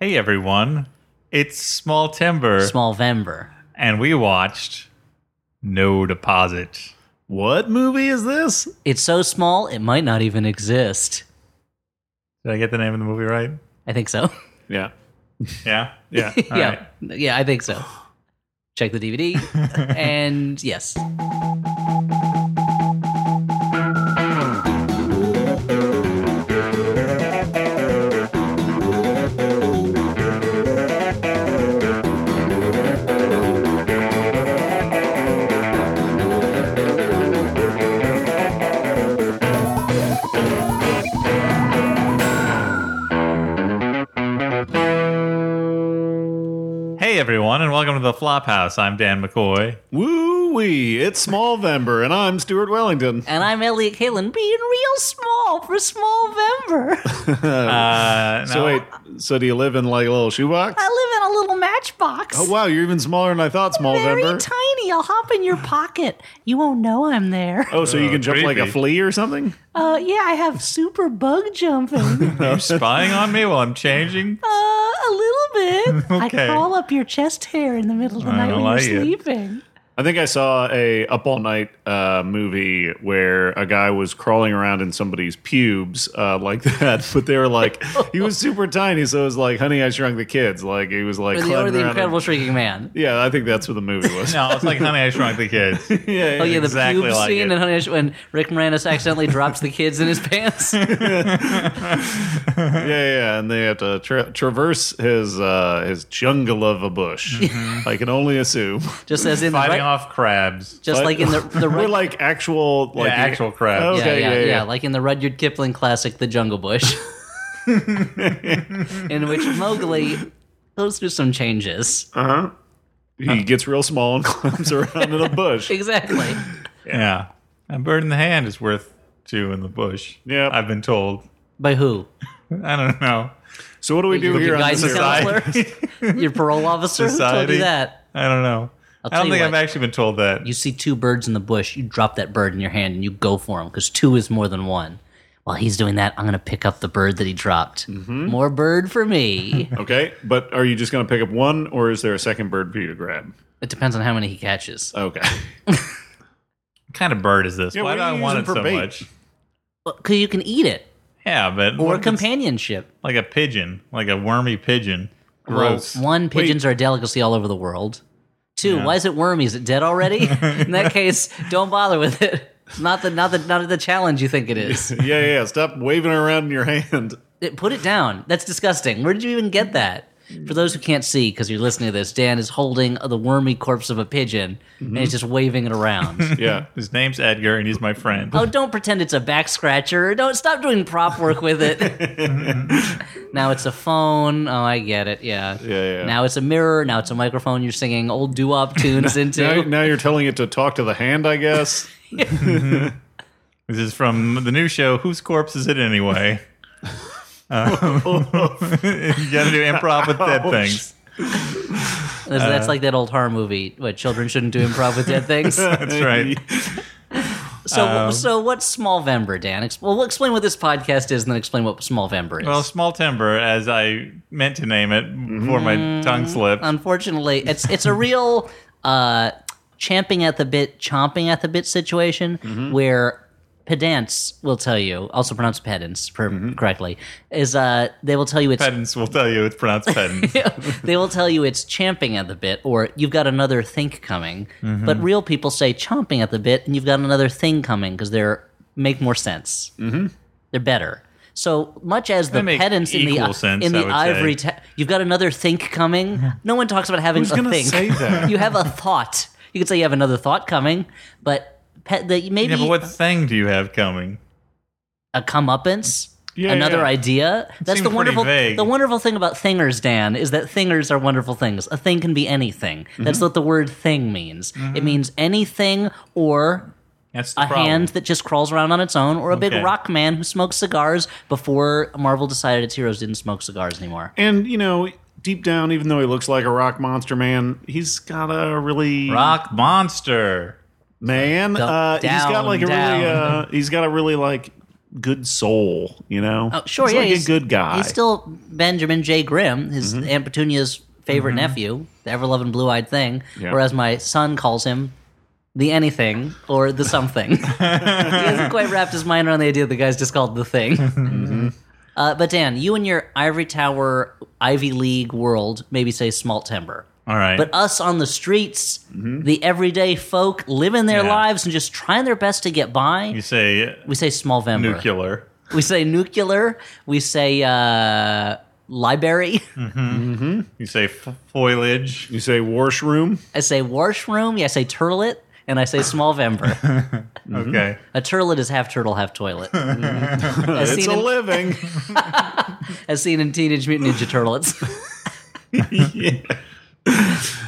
Hey everyone, it's Small Timber, Small Vember. and we watched No Deposit. What movie is this? It's so small it might not even exist. Did I get the name of the movie right? I think so. Yeah. Yeah, Yeah. All yeah, yeah, I think so. Check the DVD, and yes, Hey everyone, and welcome to the Flophouse. I'm Dan McCoy. Woo wee. It's Smallvember, and I'm Stuart Wellington. and I'm Elliot Kalen, being real small for Small Vember. Uh, So, no, wait, so do you live in like a little shoebox? I live in a little matchbox. Oh, wow, you're even smaller than I thought, Very Smallvember. tiny. I'll hop in your pocket. You won't know I'm there. oh, so you can jump like a creepy. flea or something? Uh, yeah, I have super bug jumping. you're spying on me while I'm changing. Uh, a little bit. Okay. I crawl up your chest hair in the middle of the I night when don't you're like it. sleeping. I think I saw a up all night uh, movie where a guy was crawling around in somebody's pubes uh, like that, but they were like he was super tiny, so it was like "Honey, I Shrunk the Kids." Like he was like Or the, or climbing the around. Incredible Shrinking Man. yeah, I think that's what the movie was. No, it's like Honey, I Shrunk the Kids. yeah, Oh yeah, the Exactly pube like scene it. and Honey, I Sh- when Rick Moranis accidentally drops the kids in his pants. yeah, yeah, and they have to tra- traverse his uh, his jungle of a bush. I can only assume. Just as in the Fighting right, off crabs. just What? like in the the We're right, like actual, like Yeah, actual crabs. Oh, okay, yeah, yeah, yeah, yeah. like in the Rudyard Kipling classic, The Jungle Bush, in which Mowgli goes through some changes. He gets real small and climbs around in a bush. Exactly. Yeah. A bird in the hand is worth two in the bush. Yep. I've been told. By who? I don't know. So what do we do Your here on guidance this earth? counselor, your parole officer. Who told Society. you that? I don't know. I tell don't you think what. I've actually been told that. You see two birds in the bush. You drop that bird in your hand and you go for him because two is more than one. While he's doing that, I'm going to pick up the bird that he dropped. Mm-hmm. More bird for me. Okay, but are you just going to pick up one, or is there a second bird for you to grab? it depends on how many he catches. Okay, What kind of bird is this? Yeah, Why what do are I you want using it for so bait? much? Because you can eat it Yeah, but or what if it's companionship. like a pigeon, like a wormy pigeon. Gross. Well, one, pigeons are a delicacy all over the world. Two, why is it wormy? Is it dead already? In that case, don't bother with it. It's not the not the not the challenge you think it is. yeah, yeah. Stop waving it around in your hand. It- Put it down. That's disgusting. Where did you even get that? For those who can't see, because you're listening to this, Dan is holding the wormy corpse of a pigeon and he's just waving it around. Yeah, His name's Edgar, and he's my friend. oh, don't pretend it's a back scratcher. Don't stop doing prop work with it. now it's a phone. Oh, I get it. Yeah. Yeah, yeah. Now it's a mirror. Now it's a microphone. You're singing old doo wop tunes into. now, now you're telling it to talk to the hand, I guess. This is from the new show. Whose corpse is it anyway? um, you got to do improv with dead things. That's, Uh-huh. that's like that old horror movie. What children shouldn't do improv with dead things. That's right. So, Um. so what's Small Vember, Dan? Ex- well, we'll explain what this podcast is, and then explain what Small Vember is. Well, small timber, as I meant to name it before Mm, my tongue um. slipped. Unfortunately, it's it's a real uh, champing at the bit, chomping at the bit situation where pedants will tell you, also pronounced pedants per- correctly, is uh, they will tell you it's Pedants will tell you it's pronounced pedant. they will tell you it's champing at the bit or you've got another think coming. Mm-hmm. But real people say chomping at the bit and you've got another thing coming because they're make more sense. Mm-hmm. They're better. So much as the make pedants in the equal sense, in I the would ivory, say. ta- you've got another think coming. No one talks about having Who's a gonna think. say that? you have a thought. You could say you have another thought coming, but pe- the, maybe yeah, but what thing do you have coming? a comeuppance, Yeah, another yeah. idea. That's seemed the pretty wonderful vague. the wonderful thing about thingers, Dan, is that thingers are wonderful things. A thing can be anything. Mm-hmm. That's what the word thing means. It means anything or That's the a Mm-hmm. problem. hand that just crawls around on its own, or a big Okay. rock man who smokes cigars before Marvel decided its heroes didn't smoke cigars anymore. And you know, deep down, even though he looks like a rock monster man, he's got a really Rock monster. man. Go- uh, he's got down, like a down. really. Uh, he's got a really like good soul, you know? Oh, sure, he's yeah, like he's a good guy. Mm-hmm. He's still Benjamin J. Grimm, his Aunt Petunia's favorite nephew, the ever loving blue eyed thing. Yeah. Or as my son calls him, the anything or the something. he hasn't quite wrapped his mind around the idea that the guy's just called the thing. Mm-hmm. Uh, but Dan, you and your ivory tower, Ivy League world, maybe say small timber. All right. But us on the streets, Mm-hmm. the everyday folk living their Yeah. lives and just trying their best to get by. you say we say small vember. nuclear. We say nuclear. We say uh, library. You say f- foliage. you say washroom? I say washroom. Yeah, I say turtlet. And I say small vember. Okay. a turtlet is half turtle, half toilet. as, It's seen a in, living. as seen in Teenage Mutant Ninja Turtles.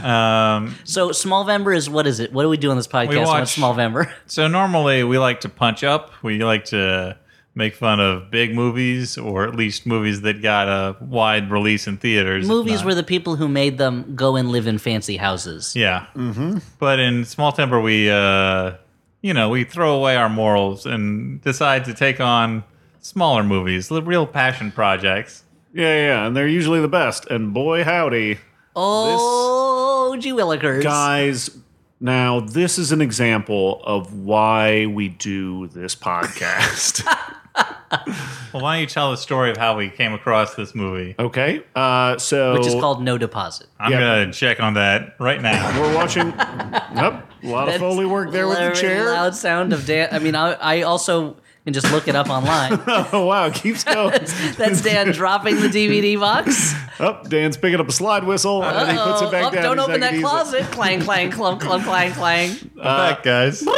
Um, so small vember is what is it? What do we do on this podcast? on watch- small vember. so normally we like to punch up. We like to make fun of big movies or at least movies that got a wide release in theaters. if Movies not- where the people who made them go and live in fancy houses. Yeah. Mm-hmm. But in Small Temper, we, uh, you know, we throw away our morals and decide to take on smaller movies, li- real passion projects. yeah, yeah, and they're usually the best. And boy, howdy, Oh, gee willikers. guys. Now, this is an example of why we do this podcast. Well, why don't you tell the story of how we came across this movie? okay, uh, so Which is called No Deposit. I'm Yeah. gonna check on that right now. we're watching. yep, a lot of foley work there with the Very chair. Loud sound of Dan. I mean, I, I also can just look it up online. Oh wow, it keeps going. That's Dan dropping the DVD box. Up, Dan's picking up a slide whistle and then he puts it back Oh, down. don't He's open like, that "He's a-" closet. Clang, clang, clump, clump, clang, clang. I'm back, guys. Woo!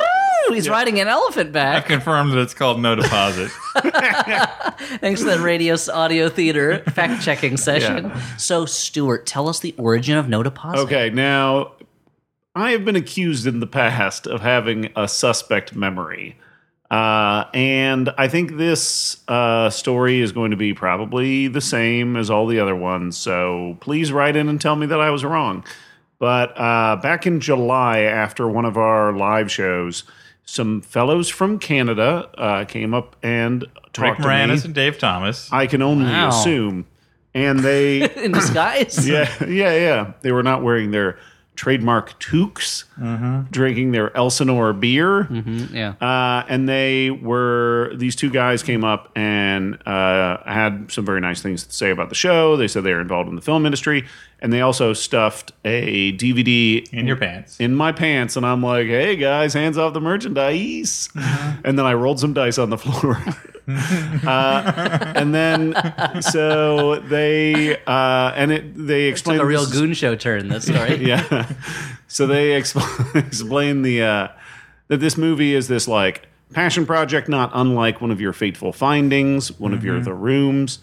He's riding an elephant back. Confirmed that it's called No Deposit. Thanks to that radio s- audio theater fact checking session. So, Stuart, tell us the origin of No Deposit. Okay, now I have been accused in the past of having a suspect memory. Uh, and I think this uh, story is going to be probably the same as all the other ones. So please write in and tell me that I was wrong. But uh, back in July, after one of our live shows, some fellows from Canada uh, came up and Rick talked to me. Moranis and Dave Thomas. I can only Wow. assume. And they In disguise. yeah, yeah, yeah. They were not wearing their trademark toques, Mm-hmm. drinking their Elsinore beer, yeah. uh, and they were these two guys came up and uh, had some very nice things to say about the show. They said they were involved in the film industry, and they also stuffed a DVD in your pants. in my pants, and I'm like, "Hey guys, hands off the merchandise!" Mm-hmm. And then I rolled some dice on the floor. uh, and then so they uh, and it they explained a real this- goon show turn, that story. yeah. So they expl- explain the uh, that this movie is this like passion project, not unlike one of your fateful findings, one of your the rooms.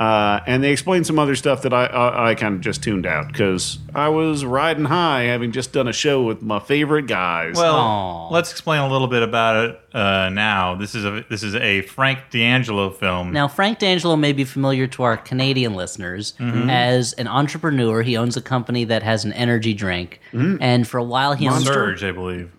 Uh, and they explain some other stuff that I I, I kind of just tuned out because I was riding high, having just done a show with my favorite guys. Well, Aw. let's explain a little bit about it uh, now. This is a this is a Frank D'Angelo film. Now, Frank D'Angelo may be familiar to our Canadian listeners Mm-hmm. as an entrepreneur. He owns a company that has an energy drink, Mm. and for a while he owned, Surge, I believe.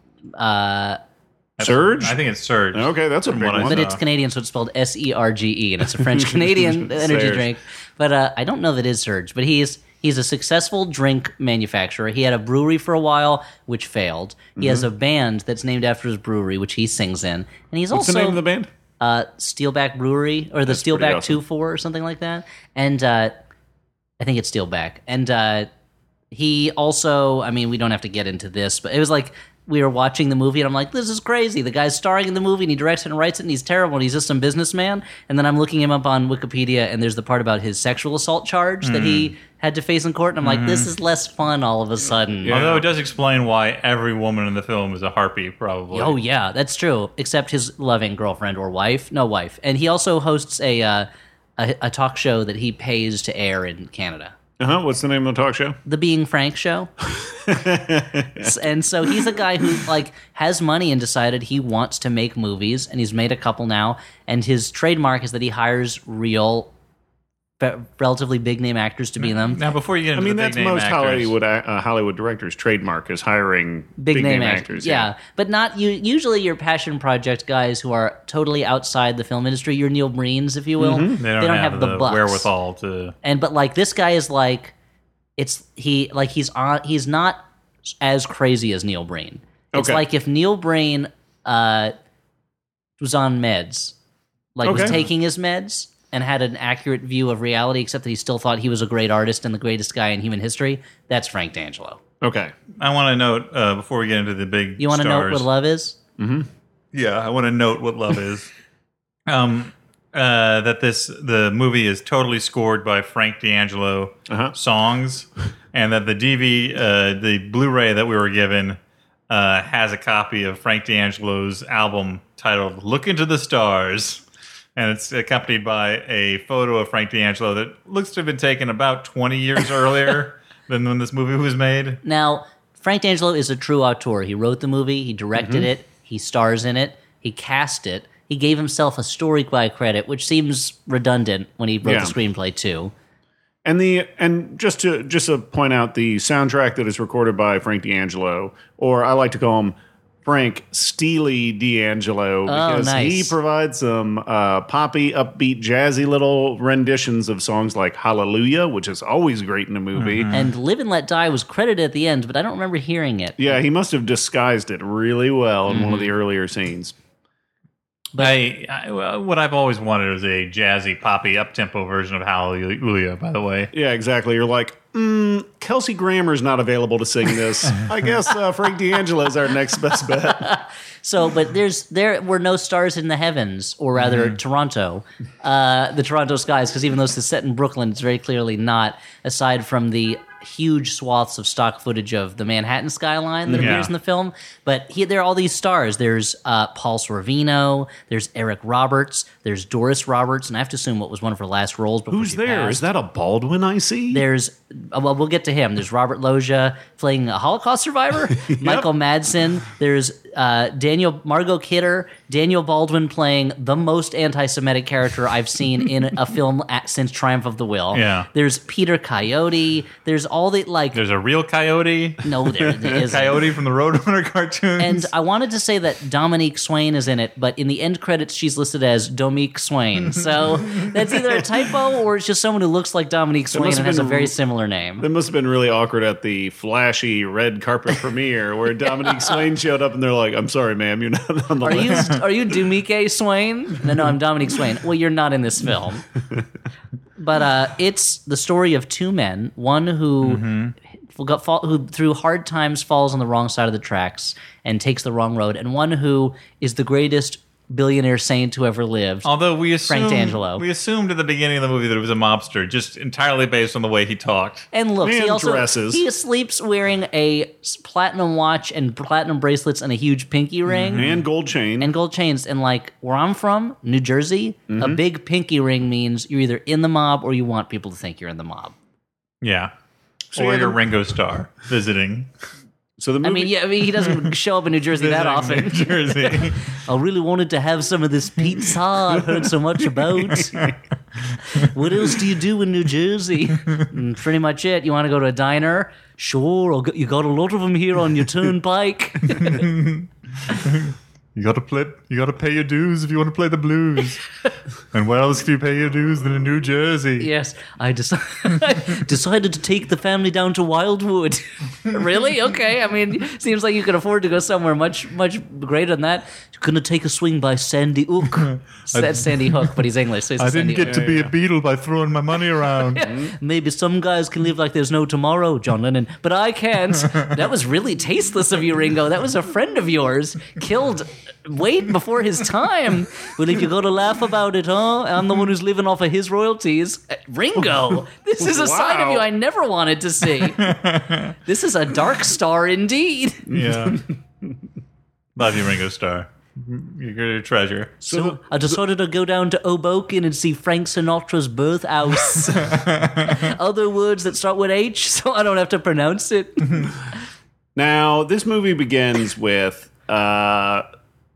Surge. I think it's Surge. okay, that's a big what I one. Uh, said. but it's Canadian, so it's spelled S E R G E, and it's a French Canadian energy Surge. drink. But uh, I don't know that is Surge, but he is he's a successful drink manufacturer. He had a brewery for a while, which failed. He has Mm-hmm. a band that's named after his brewery, which he sings in, and he's What's also the name of the band? uh, Steelback Brewery or the pretty Steelback awesome. Two Four or something like that. And uh, I think it's Steelback. And uh, he also, I mean, we don't have to get into this, but it was like we were watching the movie, and I'm like, this is crazy. The guy's starring in the movie, and he directs it and writes it, and he's terrible, and he's just some businessman. And then I'm looking him up on Wikipedia, and there's the part about his sexual assault charge that Hmm. he had to face in court, and I'm like, Mm-hmm. this is less fun all of a sudden. Although it does explain why every woman in the film is a harpy, probably. Oh yeah, that's true. Except his loving girlfriend or wife, no wife, and he also hosts a uh, a, a talk show that he pays to air in Canada, Uh huh. What's the name of the talk show? the Being Frank show. S- and so he's a guy who like has money and decided he wants to make movies, and he's made a couple now. And his trademark is that he hires real be- relatively big name actors to be in them. Now, before you get into I mean, the that's big name most actors, Hollywood uh, Hollywood directors' trademark is hiring Big, name, act- actors. yeah. but not you. Usually, your passion project guys who are totally outside the film industry. Your Neil Breen's, if you will, Mm-hmm. they don't, have, the, bucks. wherewithal to. and but like this guy is like it's he like he's on he's not as crazy as neil breen it's Okay. like if neil breen uh was on meds like was Okay. taking his meds and had an accurate view of reality except that he still thought he was a great artist and the greatest guy in human history that's frank d'angelo Okay. I want to note uh, before we get into the big. you want to know stars- what love is Yeah, I want to note what love is. um, uh, that this the movie is totally scored by Frank D'Angelo Uh-huh. songs, and that the DV uh, the Blu-ray that we were given uh, has a copy of Frank D'Angelo's album titled "Look Into the Stars." And it's accompanied by a photo of Frank D'Angelo that looks to have been taken about 20 years earlier than when this movie was made. Now, Frank D'Angelo is a true auteur. He wrote the movie, he directed it, he stars in it, he cast it, he gave himself a story by credit, which seems redundant when he wrote the Yeah. screenplay too. And the and just to just to point out the soundtrack that is recorded by Frank D'Angelo, or I like to call him Frank Steely D'Angelo, because nice. he provides some uh, poppy, upbeat, jazzy little renditions of songs like "Hallelujah," which is always great in a movie. And Live and Let Die was credited at the end, but I don't remember hearing it. Yeah, he must have disguised it really well in one of the earlier scenes. I, I well, what I've always wanted was a jazzy, poppy, up-tempo version of Hallelujah. By the way, Yeah, exactly. You're like, mm, Kelsey Grammer's not available to sing this. I guess uh, Frank D'Angelo's our next best bet. So, but there's there were no stars in the heavens, or rather Mm-hmm. Toronto, uh, the Toronto skies, because even though it's set in Brooklyn, it's very clearly not. Aside from the huge swaths of stock footage of the Manhattan skyline Mm, that Yeah. appears in the film, but he, there are all these stars. There's uh, Paul Sorvino, there's Eric Roberts, there's Doris Roberts, and I have to assume what was one of her last roles. Before Who's she there? passed. Is that a Baldwin I see? There's uh, well, we'll get to him. There's Robert Loggia playing a Holocaust survivor, Michael Madsen. There's uh, Daniel Margot Kidder, Daniel Baldwin playing the most anti-Semitic character I've seen in a film at, since Triumph of the Will. Yeah. There's Peter Coyote. There's all the like. there's a real coyote, no, there, there isn't. coyote from the Roadrunner cartoons. And I wanted to say that Dominique Swain is in it, but in the end credits, she's listed as Dominique Swain. So that's either a typo or it's just someone who looks like Dominique Swain must and have has a been very re- similar name. That must have been really awkward at the flashy red carpet premiere where Dominique Swain showed up and they're like, I'm sorry, ma'am, you're not on the Are list. you are you Dumike Swain? No, no, I'm Dominique Swain. Well, you're not in this film. But uh, it's the story of two men, one who got fall, who through hard times falls on the wrong side of the tracks and takes the wrong road, and one who is the greatest billionaire saint who ever lived. Although we assumed, D'Angelo. we assumed at the beginning of the movie that it was a mobster, just entirely based on the way he talked. and looks, he And also dresses. he sleeps wearing a s- platinum watch and platinum bracelets and a huge pinky ring. And gold chain. and gold chains. And like where I'm from, New Jersey, a big pinky ring means you're either in the mob or you want people to think you're in the mob. Yeah, So or yeah, your the- Ringo Starr visiting. so the movie, I mean, yeah, I mean, he doesn't show up in New Jersey that visiting often. New Jersey. I really wanted to have some of this pizza I've heard so much about. what else do you do in New Jersey? Mm, Pretty much it. You want to go to a diner? Sure. I'll go, you got a lot of them here on your turnpike. you gotta play. You gotta pay your dues if you want to play the blues. and where else do you pay your dues than in New Jersey? Yes, I deci- decided to take the family down to Wildwood. really? Okay. I mean, seems like you could afford to go somewhere much, much greater than that. Gonna take a swing by Sandy Hook. That's Sandy Hook, but he's English, so it's Sandy Hook. to be a beetle by throwing my money around. Maybe some guys can live like there's no tomorrow, John Lennon, but I can't. that was really tasteless of you, Ringo. That was a friend of yours killed way before his time. Well, if you got to laugh about it, huh? I'm the one who's living off of his royalties. Uh, Ringo, this is a side of Wow. you I never wanted to see. this is a dark star indeed. Yeah. Love you, Ringo Starr. You're a treasure. so the- I decided to go down to Hoboken and see Frank Sinatra's birthhouse. Other words that start with H, so I don't have to pronounce it. now, this movie begins with uh,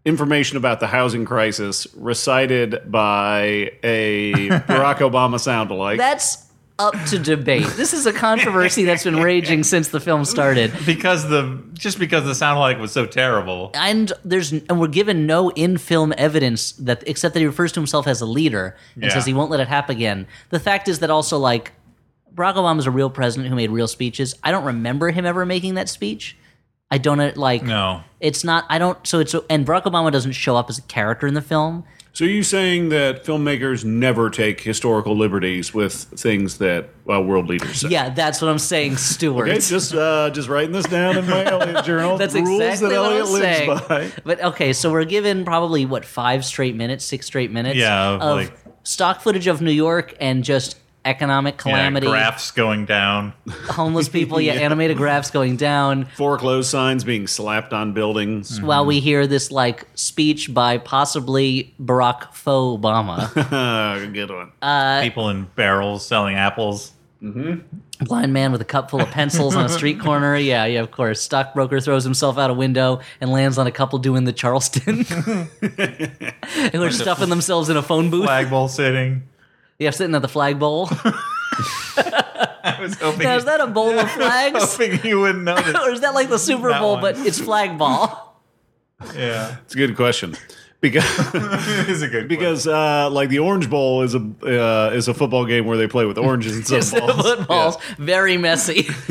information about the housing crisis recited by a Barack Obama sound alike. That's up to debate. This is a controversy that's been raging since the film started. because the just because the sound alike was so terrible. and there's and we're given no in-film evidence that except that he refers to himself as a leader and Yeah. says he won't let it happen again. The fact is that also like Barack Obama is a real president who made real speeches. I don't remember him ever making that speech. I don't uh, like No, it's not I don't so it's and Barack Obama doesn't show up as a character in the film. so, are you saying that filmmakers never take historical liberties with things that uh, world leaders say? Yeah, that's what I'm saying, Stewart. Okay, just uh, just writing this down in my Elliot journal. That's rules exactly that what Elliot I'm lives saying. by. But okay, so we're given probably what five straight minutes, six straight minutes, Yeah, of of, like- stock footage of New York and just economic yeah, calamity, graphs going down. homeless people, yeah, animated graphs going down. Foreclosed signs being slapped on buildings. While we hear this like speech by possibly Barack faux Obama, Ah, Good one. Uh, People in barrels selling apples. blind man with a cup full of pencils on a street corner, yeah, yeah, of course. Stockbroker throws himself out a window and lands on a couple doing the Charleston, who are stuffing themselves in a phone booth. Flagpole sitting. Yeah, sitting at the flagpole. I was hoping, Now, you, is that a bowl of flags? hoping you wouldn't notice. or is that like the Super That Bowl, one. but it's flag ball? Yeah, It's a good question because it is a good because uh, like the Orange Bowl is a uh, is a football game where they play with oranges instead Just of balls. footballs. Very messy.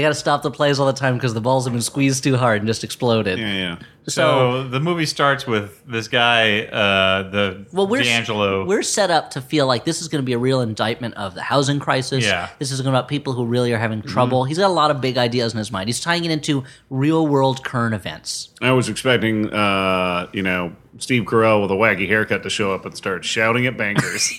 they got to stop the plays all the time because the balls have been squeezed too hard and just exploded. yeah, yeah. So, So, the movie starts with this guy, uh, the well, we're D'Angelo. we're set up to feel like this is going to be a real indictment of the housing crisis. Yeah. This is about people who really are having trouble. He's got a lot of big ideas in his mind. He's tying it into real world current events. I was expecting uh, you know Steve Carell with a wacky haircut to show up and start shouting at bankers.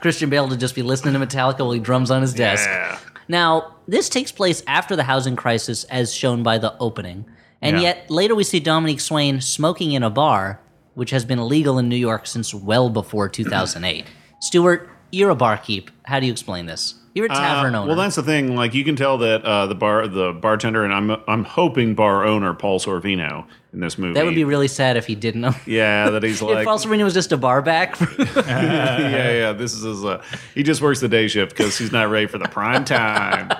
Christian Bale to just be listening to Metallica while he drums on his desk. yeah. Now, this takes place after the housing crisis, as shown by the opening. And Yeah. yet, later we see Dominique Swain smoking in a bar, which has been illegal in New York since well before 2008. Stuart, you're a barkeep. How do you explain this? You're a tavern Uh, owner. Well, that's the thing. Like you can tell that uh, the bar, the bartender, and I'm I'm hoping bar owner Paul Sorvino in this movie. that would be really sad if he didn't know. yeah. That he's if like Paul Sorvino was just a bar back, yeah, yeah. This is his, uh, he just works the day shift because he's not ready for the prime time.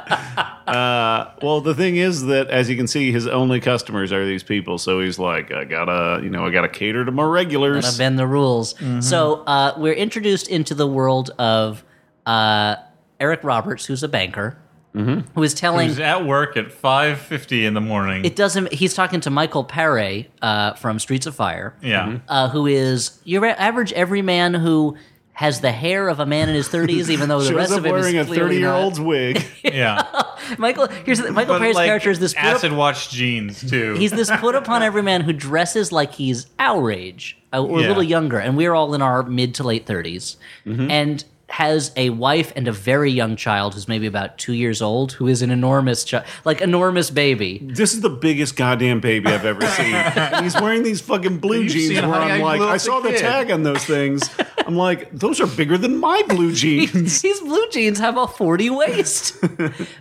Uh, well, the thing is that as you can see, his only customers are these people. So he's like, I gotta, you know, I gotta cater to my Gotta regulars. bend the rules. Mm-hmm. So uh, we're introduced into the world of uh, Eric Roberts, who's a banker, Mm-hmm. who is telling He's at work at five fifty in the morning. it doesn't. He's talking to Michael Paré uh, from Streets of Fire, yeah, uh, who is your a- average everyman who has the hair of a man in his thirties, even though the Shows rest up of him wearing a is clearly not. thirty-year-old's wig. yeah. Michael, here's the, Michael Parré's character is this put up- acid watch jeans too. He's this put upon every man who dresses like he's our age uh, or a Yeah. little younger, and we're all in our mid to late 30s, Mm-hmm. and has a wife and a very young child who's maybe about two years old, who is an enormous child, like enormous baby. This is the biggest goddamn baby I've ever seen. and he's wearing these fucking blue You've jeans seen where Honey, I'm I like, Blew Up I the saw the Kid. tag on those things. I'm like, those are bigger than my blue jeans. These blue jeans have a 40 waist.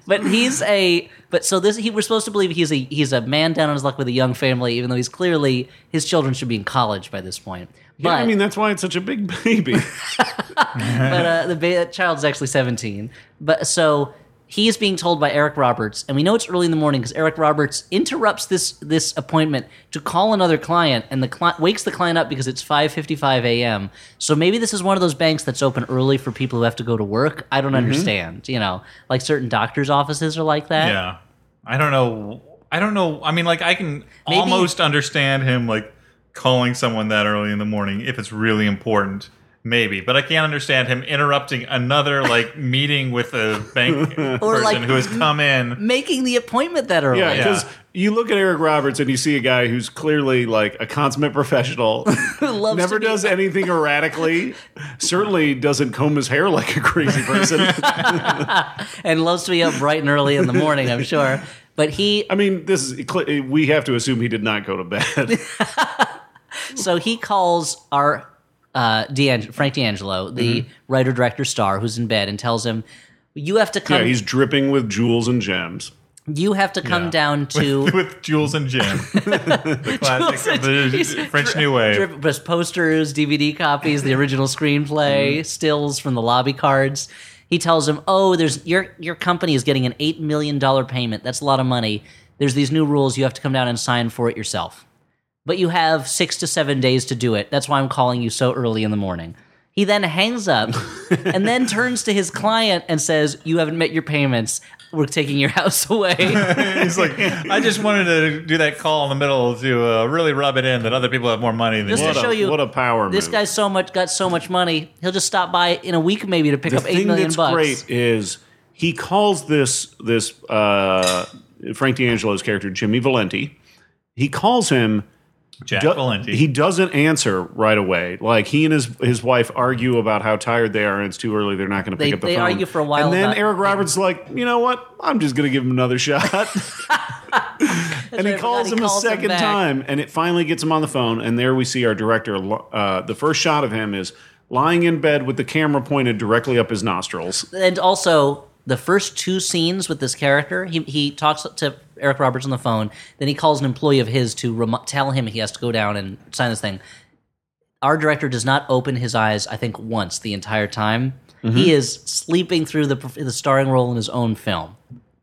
but he's a but so this he we're supposed to believe he's a he's a man down on his luck with a young family, even though he's clearly his children should be in college by this point. But yeah, I mean, that's why it's such a big baby. but uh, the ba- child's actually 17. But so he is being told by Eric Roberts, and we know it's early in the morning because Eric Roberts interrupts this this appointment to call another client, and the cli- wakes the client up because it's 5:55 a.m. So maybe this is one of those banks that's open early for people who have to go to work. I Mm-hmm. don't understand. You know, like certain doctors' offices are like that. yeah, I don't know. I don't know. I mean, like I can almost understand him like calling someone that early in the morning if it's really important. Maybe, but I can't understand him interrupting another like meeting with a bank person like- who has come in. Making the appointment that early. Yeah, because Yeah. you look at Eric Roberts and you see a guy who's clearly like a consummate professional, loves never to be- does anything erratically, certainly doesn't comb his hair like a crazy person. and loves to be up bright and early in the morning, I'm sure. But he I mean, this is cle- we have to assume he did not go to bed. So he calls our uh, D'Ang- Frank D'Angelo, Mm-hmm. the writer director star who's in bed, and tells him, "You have to come." yeah, he's dripping with jewels and gems. You have to come Yeah. down to with Jules and Jim, the classic of Jules the and- French New Wave. Drip- just posters, DVD copies, the original screenplay, Mm-hmm. stills from the lobby cards. He tells him, "Oh, there's your your company is getting an eight million dollar payment. That's a lot of money. There's these new rules. You have to come down and sign for it yourself. But you have six to seven days to do it. That's why I'm calling you so early in the morning." He then hangs up and then turns to his client and says, "You haven't met your payments. We're taking your house away." He's like, I just wanted to do that call in the middle to uh, really rub it in that other people have more money than Just you. to What show a, you, what a power This move. guy's so much got so much money. He'll just stop by in a week maybe to pick the up eight thing million that's bucks. great is he calls this this uh, Frank D'Angelo's character Jimmy Valenti. He calls him. Jack do- Valenti. He doesn't answer right away. Like he and his his wife argue about how tired they are and it's too early. They're not going to They- pick up the they phone. argue for a while and then about- Eric Roberts is like, you know what? I'm just going to give him another shot. and right, I he forgot calls he him calls a him second back. time, and it finally gets him on the phone. And there we see our director. lo- Uh, the first shot of him is lying in bed with the camera pointed directly up his nostrils. And also the first two scenes with this character, he he talks to Eric Roberts on the phone. Then he calls an employee of his to rem- tell him he has to go down and sign this thing. Our director does not open his eyes. I think once the entire time he is sleeping through the perf- the starring role in his own film.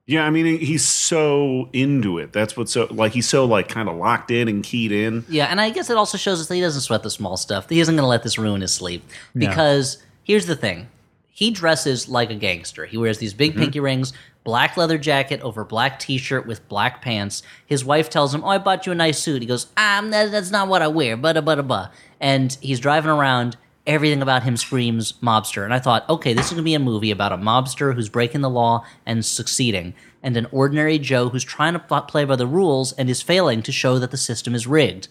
Yeah, I mean he- he's so into it. That's what's so like he's so like kind of locked in and keyed in. Yeah, and I guess it also shows us that he doesn't sweat the small stuff. He isn't going to let this ruin his sleep. Because here's the thing he dresses like a gangster. He wears these big pinky rings, black leather jacket over black t shirt with black pants. His wife tells him, Oh, I bought you a nice suit. He goes, um, that, That's not what I wear, but but but. And he's driving around. Everything about him screams mobster. And I thought, okay, this is going to be a movie about a mobster who's breaking the law and succeeding, and an ordinary Joe who's trying to pl- play by the rules and is failing to show that the system is rigged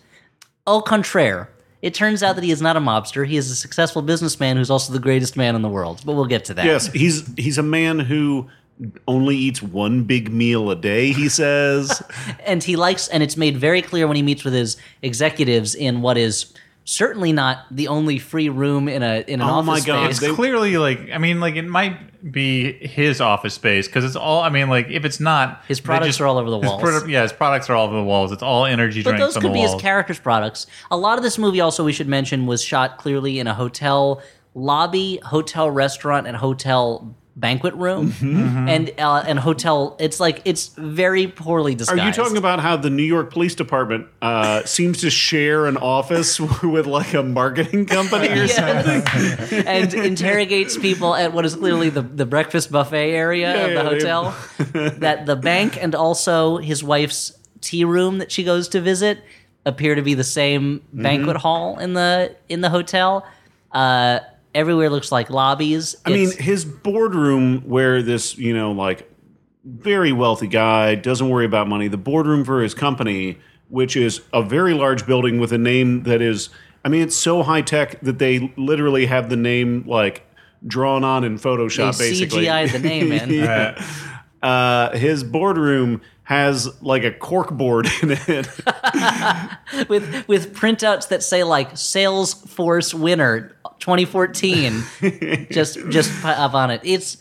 au contraire. It turns out that he is not a mobster. He is a successful businessman who's also the greatest man in the world. But we'll get to that. Yes, he's he's a man who only eats one big meal a day. He says, And he likes, and it's made very clear when he meets with his executives in what is certainly not the only free room in a in an Oh office my God, space. they- it's clearly like I mean, like it might be his office space because it's all. I mean, like if it's not, His they products are all over the his walls. produ- yeah, his products are all over the walls. It's all energy but drinks those on could the be walls. his character's products. A lot of this movie, also, we should mention, was shot clearly in a hotel lobby, hotel restaurant, and hotel banquet room, Mm-hmm. and uh, and hotel. It's like it's very poorly "Are disguised. you talking about how the New York Police Department uh, seems to share an office with like a marketing company or something?" Yes. and interrogates people at what is clearly the, the breakfast buffet area Yeah, of the yeah, hotel. that the bank and also his wife's tea room that she goes to visit appear to be the same Mm-hmm. banquet hall in the in the hotel. Uh, everywhere looks like lobbies. I mean, his boardroom where this, you know, like very wealthy guy doesn't worry about money, the boardroom for his company, which is a very large building with a name that is, I mean, it's so high tech that they literally have the name like drawn on in Photoshop, They basically. CGI the name in. Yeah. Uh, his boardroom has like a cork board in it. with with printouts that say like Salesforce winner 2014 just just put up on it. It's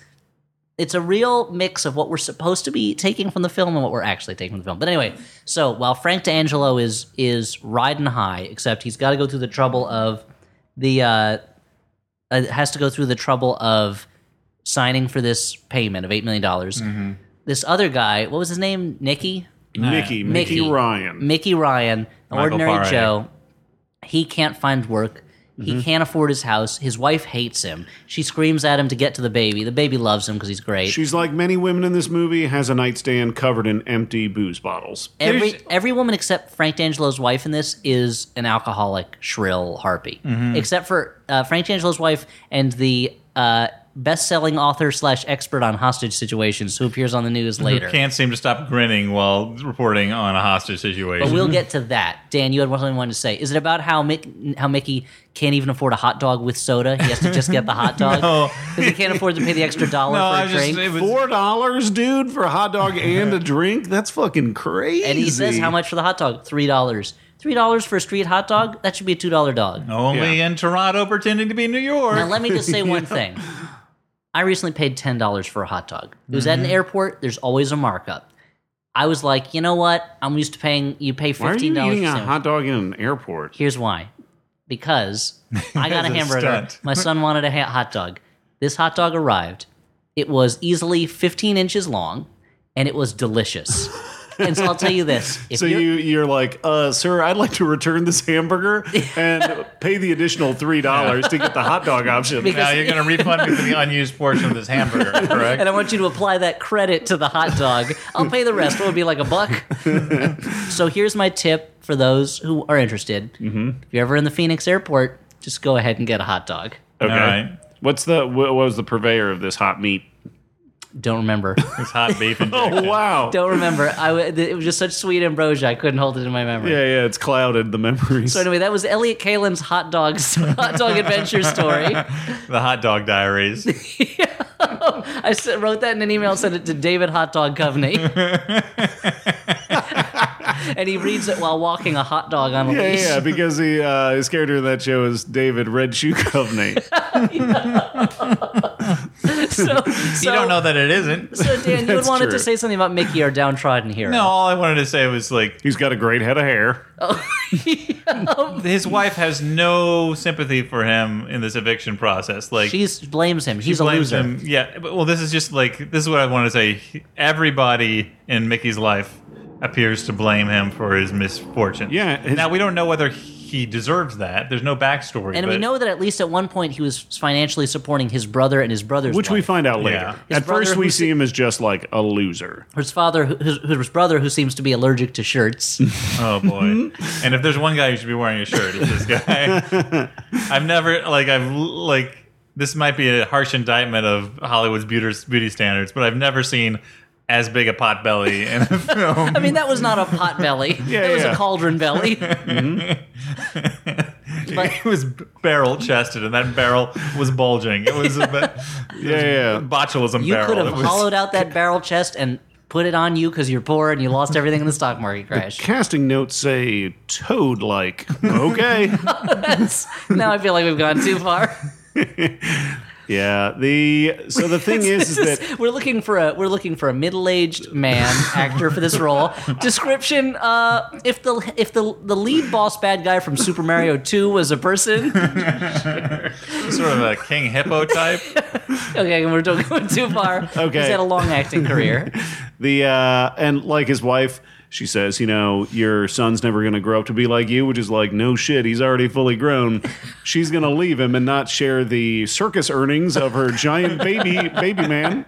it's a real mix of what we're supposed to be taking from the film and what we're actually taking from the film. But anyway, so while Frank D'Angelo is is riding high, except he's got to go through the trouble of the uh, uh, has to go through the trouble of signing for this payment of eight million dollars. This other guy, what was his name? Nicky. Mickey, Mickey, Mickey. Ryan. Mickey Ryan, an ordinary Faraday. Joe. He can't find work. He can't afford his house. His wife hates him. She screams at him to get to the baby. The baby loves him because he's great. She's like many women in this movie, has a nightstand covered in empty booze bottles. every There's- every woman except Frank D'Angelo's wife in this is an alcoholic, shrill harpy. Except for uh, Frank D'Angelo's wife and the uh, best-selling author slash expert on hostage situations who appears on the news later. Can't seem to stop grinning while reporting on a hostage situation. But we'll get to that. Dan, you had one thing you wanted to say. Is it about how Mick, how Mickey can't even afford a hot dog with soda? He has to just get the hot dog because he can't afford to pay the extra dollar no, for a I was just drink. it was, Four dollars, dude, for a hot dog and a drink? That's fucking crazy. and he says how much for the hot dog? Three dollars. Three dollars for a street hot dog? That should be a two dollar dog. only Yeah. in Toronto pretending to be New Now York. let me just say one thing. Mm-hmm. I recently paid ten dollars for a hot dog. It was at an airport. There's always a markup. I was like, you know what? I'm used to paying. You pay Why are fifteen you dollars. eating for a sandwich. hot dog in an airport? Here's why. Because I got a As a hamburger. stunt. My son wanted a ha- hot dog. This hot dog arrived. It was easily 15 inches long, and it was delicious. and so I'll tell you this: if So you're, you you're like, uh, sir, I'd like to return this hamburger and pay the additional three dollars to get the hot dog option. Now you're going to refund me for the unused portion of this hamburger, correct? and I want you to apply that credit to the hot dog. I'll pay the rest. What would be like a buck? so here's my tip for those who are interested. If you're ever in the Phoenix airport, just go ahead and get a hot dog. okay. All right. What's the what was the purveyor of this hot meat? Don't remember. It's hot beef and Oh chicken. wow. Don't remember. I w- it was just such sweet ambrosia. I couldn't hold it in my memory. yeah, yeah, it's clouded the memories. So anyway, that was Elliot Kalin's hot dog hot dog adventure story. The hot dog diaries. I s- wrote that in an email, sent it to David Hot Dog Coveney, and he reads it while walking a hot dog on a yeah, leash. yeah, yeah, because he uh, his character in that show is David Red Shoe Coveney. So, so, you don't know that it isn't. So Dan, you had That's wanted to true. say something about Mickey, our downtrodden hero. No, all I wanted to say was like He's got a great head of hair. his wife has no sympathy for him in this eviction process. Like she blames him. He's a blames loser. him. Yeah. But, well, this is just like this is what I wanted to say. Everybody in Mickey's life appears to blame him for his misfortune. Yeah, his- now we don't know whether he deserves that. There's no backstory. And we but- know that at least at one point he was financially supporting his brother and his brother's Which we wife. find out later. Yeah. His At first, brother we who- see him as just like a loser. his father, who- his, his brother, who seems to be allergic to shirts. Oh boy! and if there's one guy who should be wearing a shirt, it's this guy. I've never like I've like this might be a harsh indictment of Hollywood's beauty beauty standards, but I've never seen as big a pot belly in a film. I mean, that was not a pot belly. Yeah, that was yeah. a cauldron belly. Mm-hmm. it was barrel chested, and that barrel was bulging. It was a ba- Yeah, yeah. botulism You barrel. could It have was- hollowed out that barrel chest and put it on you because you're poor and you lost everything in the stock market crash. Casting notes say toad like. Okay. That's- now I feel like we've gone too far. yeah. The so the thing is is that we're looking for a we're looking for a middle aged man actor for this role. Description: uh, If the if the the lead boss bad guy from Super Mario Two was a person, sort of a king hippo type. okay, we're don't going too far. Okay. he's had a long acting career. the uh and like his wife she says, you know, your son's never going to grow up to be like you, which is like, no shit, he's already fully grown. She's going to leave him and not share the circus earnings of her giant baby baby man.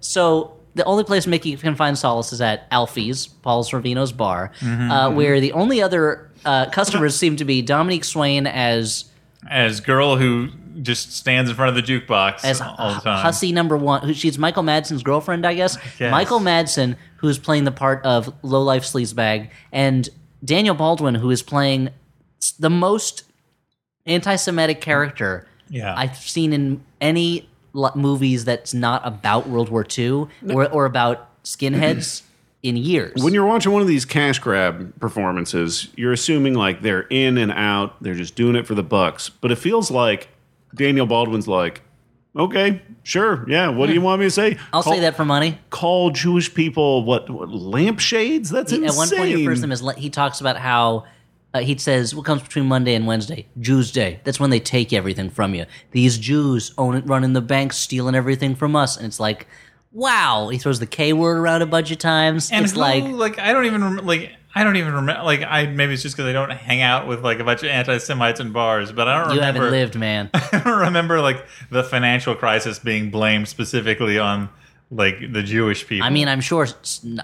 So the only place Mickey can find solace is at Alfie's, Paul Sorvino's bar, uh, where the only other uh, customers seem to be Dominique Swain as As girl who just stands in front of the jukebox as all the time. hussy number one. Who, she's Michael Madsen's girlfriend, I guess. guess. Michael Madsen, who's playing the part of low life sleazebag, and Daniel Baldwin, who is playing s- the most anti-Semitic character Yeah. I've seen in any lo- movies that's not about World War II or, or about skinheads in years. When you're watching one of these cash grab performances, you're assuming like they're in and out, they're just doing it for the bucks. But it feels like Daniel Baldwin's like, okay, sure, yeah. What do you want me to say? Hmm. I'll call, say that for money. Call Jewish people what, what lampshades? That's insane. At one point, he refers to them as le- he talks about how uh, he says what comes between Monday and Wednesday, Jews Day. That's when they take everything from you. These Jews own it, running the banks, stealing everything from us, and it's like, wow. He throws the K word around a bunch of times. and it's who, like like I don't even rem- like I don't even remember like I maybe it's just because I don't hang out with like a bunch of anti semites in bars, but I don't you remember haven't lived, man. I don't remember like the financial crisis being blamed specifically on like the Jewish people. I mean, I'm sure,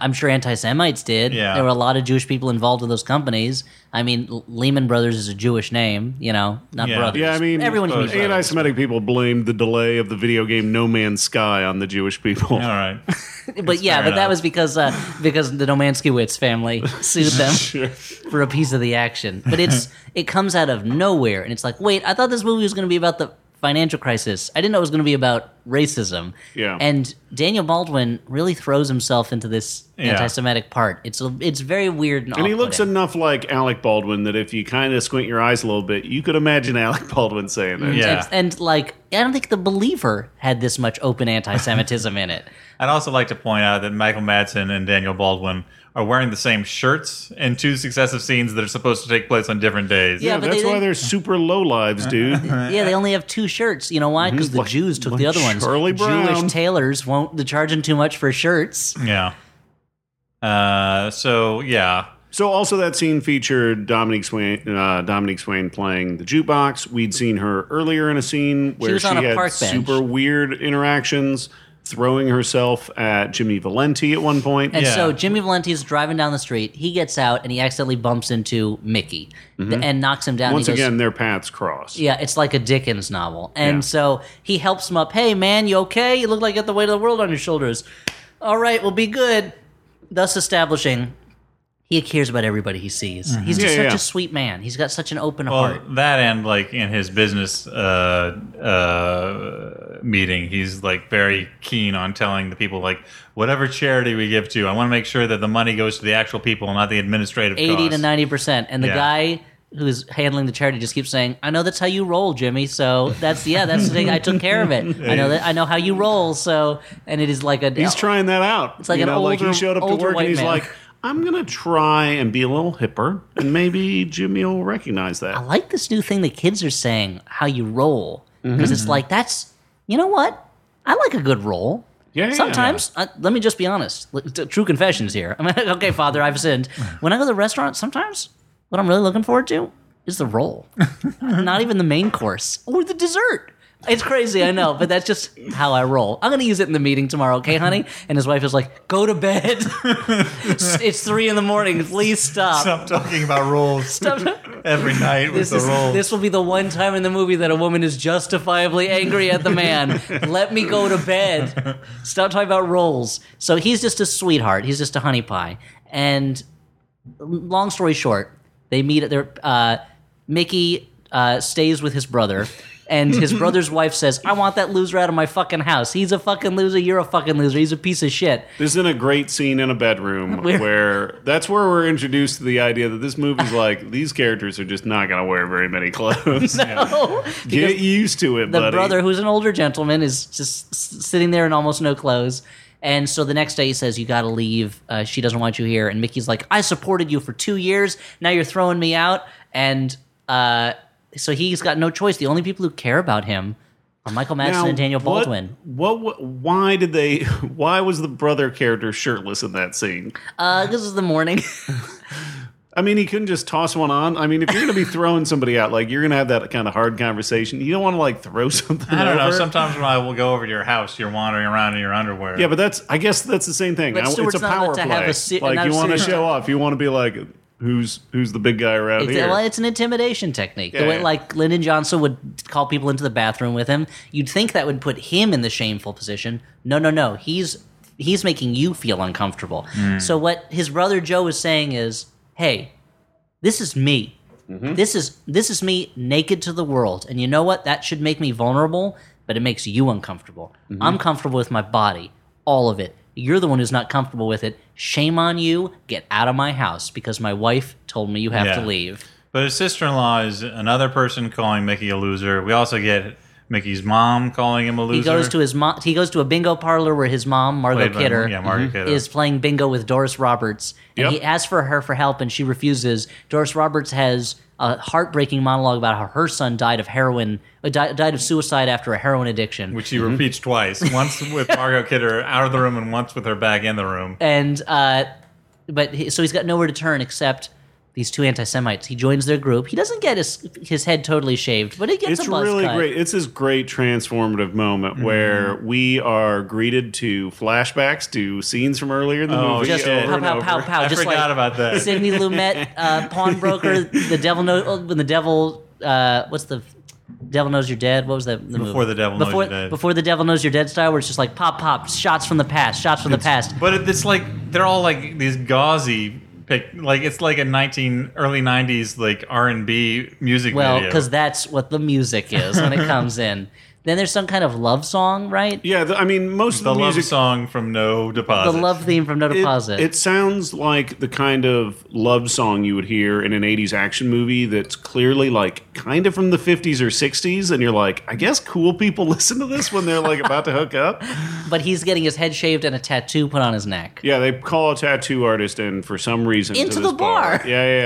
I'm sure anti-Semites did. Yeah. There were a lot of Jewish people involved in those companies. I mean, L- Lehman Brothers is a Jewish name, you know, not Yeah. brothers. yeah, I mean, uh, everyone can be brothers. anti-Semitic people blamed the delay of the video game No Man's Sky on the Jewish people. all right, but yeah, fair but that enough. was because uh, because the Domanskiewicz family sued them for a piece of the action. But it's it comes out of nowhere, and it's like, wait, I thought this movie was going to be about the financial crisis. I didn't know it was going to be about racism. Yeah. And Daniel Baldwin really throws himself into this Yeah. anti-Semitic part. It's a, it's very weird, and, And he looks off-putting. enough like Alec Baldwin that if you kind of squint your eyes a little bit, you could imagine Alec Baldwin saying it. Yeah. and, and like I don't think The Believer had this much open anti-Semitism in it. I'd also like to point out that Michael Madsen and Daniel Baldwin are wearing the same shirts in two successive scenes that are supposed to take place on different days. Yeah, Yeah, but that's they why didn't- they're super low lives, dude. Yeah, they only have two shirts. You know why? Because the Mm-hmm. Like- Jews took like the other ones. Charlie Brown. Jewish tailors won't. They're charging too much for shirts. Yeah. Uh, so yeah, so also that scene featured Dominique Swain, uh, Dominique Swain playing the jukebox. We'd seen her earlier in a scene where she, was on a had park bench. super weird interactions, throwing herself at Jimmy Valenti at one point. And Yeah. so Jimmy Valenti's driving down the street. He gets out and he accidentally bumps into Mickey th- and knocks him down. Mm-hmm. Once he goes, again, their paths cross. Yeah, it's like a Dickens novel. And Yeah. so he helps him up. Hey, man, you okay? You look like you got the weight of the world on your shoulders. All right, well, be good. Thus establishing he cares about everybody he sees. He's just Mm-hmm. Yeah, such yeah. a sweet man. He's got such an open well, heart. that and like in his business uh, uh, meeting, he's like very keen on telling the people like whatever charity we give to, I want to make sure that the money goes to the actual people, not the administrative. 80 to costs. 90%. And the Yeah. guy who's handling the charity just keeps saying, I know that's how you roll, Jimmy. So that's, yeah, that's the thing. I took care of it. I know that, I know how you roll. So, and it is like a, He's trying that out. It's like you an know, like he older- showed up to older work white and he's man. like, I'm gonna try and be a little hipper, and maybe Jimmy will recognize that. I like this new thing that kids are saying, how you roll. Mm-hmm. Because it's like, that's, you know what? I like a good roll. Yeah, yeah, Sometimes, I, let me just be honest. L- t- True confessions here. I'm like, okay, Father, I've sinned. When I go to the restaurant, sometimes what I'm really looking forward to is the roll, not even the main course or the dessert. It's crazy, I know, but that's just how I roll. I'm going to use it in the meeting tomorrow, okay, honey? And his wife is like, go to bed. it's it's three in the morning. Please stop. Stop talking about rules Stop. every night with This, the is, rules. this will be the one time in the movie that a woman is justifiably angry at the man. Let me go to bed. Stop talking about roles. So he's just a sweetheart. He's just a honey pie. And long story short, they meet at their. Uh, Mickey uh, stays with his brother, and his brother's wife says, I want that loser out of my fucking house. He's a fucking loser. You're a fucking loser. He's a piece of shit. This isn't a great scene in a bedroom We're- where that's where we're introduced to the idea that this movie's like these characters are just not going to wear very many clothes. No. Get used to it, the buddy. brother, who's an older gentleman, is just s- sitting there in almost no clothes. And so the next day he says, You got to leave. Uh, she doesn't want you here. And Mickey's like, I supported you for two years. Now you're throwing me out. And uh, so he's got no choice. The only people who care about him are Michael Madsen Now, and Daniel what- Baldwin. What, wa- Why did they? Why was the brother character shirtless in that scene? Uh, this is the morning. I mean, he couldn't just toss one on. I mean, if you're going to be throwing somebody out, like you're going to have that kind of hard conversation. You don't want to like throw something. I don't know. over. Sometimes when I will go over to your house, you're wandering around in your underwear. Yeah, but that's I guess that's the same thing. But I- Stewart's it's a not power allowed to play. have a se- like not you a want to serious- show off. You want to be like who's who's the big guy around It's, here? well, it's an intimidation technique. the Yeah, way, yeah. like Lyndon Johnson would call people into the bathroom with him, you'd think that would put him in the shameful position. No, no, no. He's he's making you feel uncomfortable. So what his brother Joe is saying is, "Hey, this is me. This is this is me naked to the world. And you know what? That should make me vulnerable, but it makes you uncomfortable. I'm comfortable with my body, all of it. You're the one who's not comfortable with it. Shame on you. Get out of my house because my wife told me you have Yeah. to leave." But his sister in law is another person calling Mickey a loser. We also get Mickey's mom calling him a loser. He goes to his mom. He goes to a bingo parlor where his mom, Margot Played by- Kidder, mm-hmm, yeah, Margot Kidder. is playing bingo with Doris Roberts, and Yep. he asks for her for help, and she refuses. Doris Roberts has a heartbreaking monologue about how her son died of heroin, uh, di- died of suicide after a heroin addiction, which Mm-hmm. he repeats twice. Once with Margot Kidder out of the room, and once with her back in the room. and uh, but he, so he's got nowhere to turn except. These two anti-Semites. He joins their group. He doesn't get his his head totally shaved, but he gets it's a buzz really cut. great. It's this great transformative Mm-hmm. moment where we are greeted to flashbacks to scenes from earlier in the Oh, movie. just over pow, and pow, pow, over. pow. I just forgot like- about that. Sidney Lumet, uh, pawnbroker, the devil knows oh, when the devil. Uh, what's the devil knows you're dead? What was that? The Before movie? the Devil Knows before, You're Dead. Before the devil knows you're dead style, where it's just like pop, pop, shots from the past, shots from the past. But it- it's like they're all like these gauzy pic, like it's like a nineteen early nineties like R and B music Well, video. because that's what the music is when it comes in. Then there's some kind of love song, right? Yeah, th- I mean, most The of the love music song from No Deposit. The love theme from No it, Deposit. it sounds like the kind of love song you would hear in an 80s action movie that's clearly like kind of from the 50s or 60s and you're like i guess cool people listen to this when they're like about to hook up but he's getting his head shaved and a tattoo put on his neck. yeah they call a tattoo artist in for some reason to Into this the bar. yeah yeah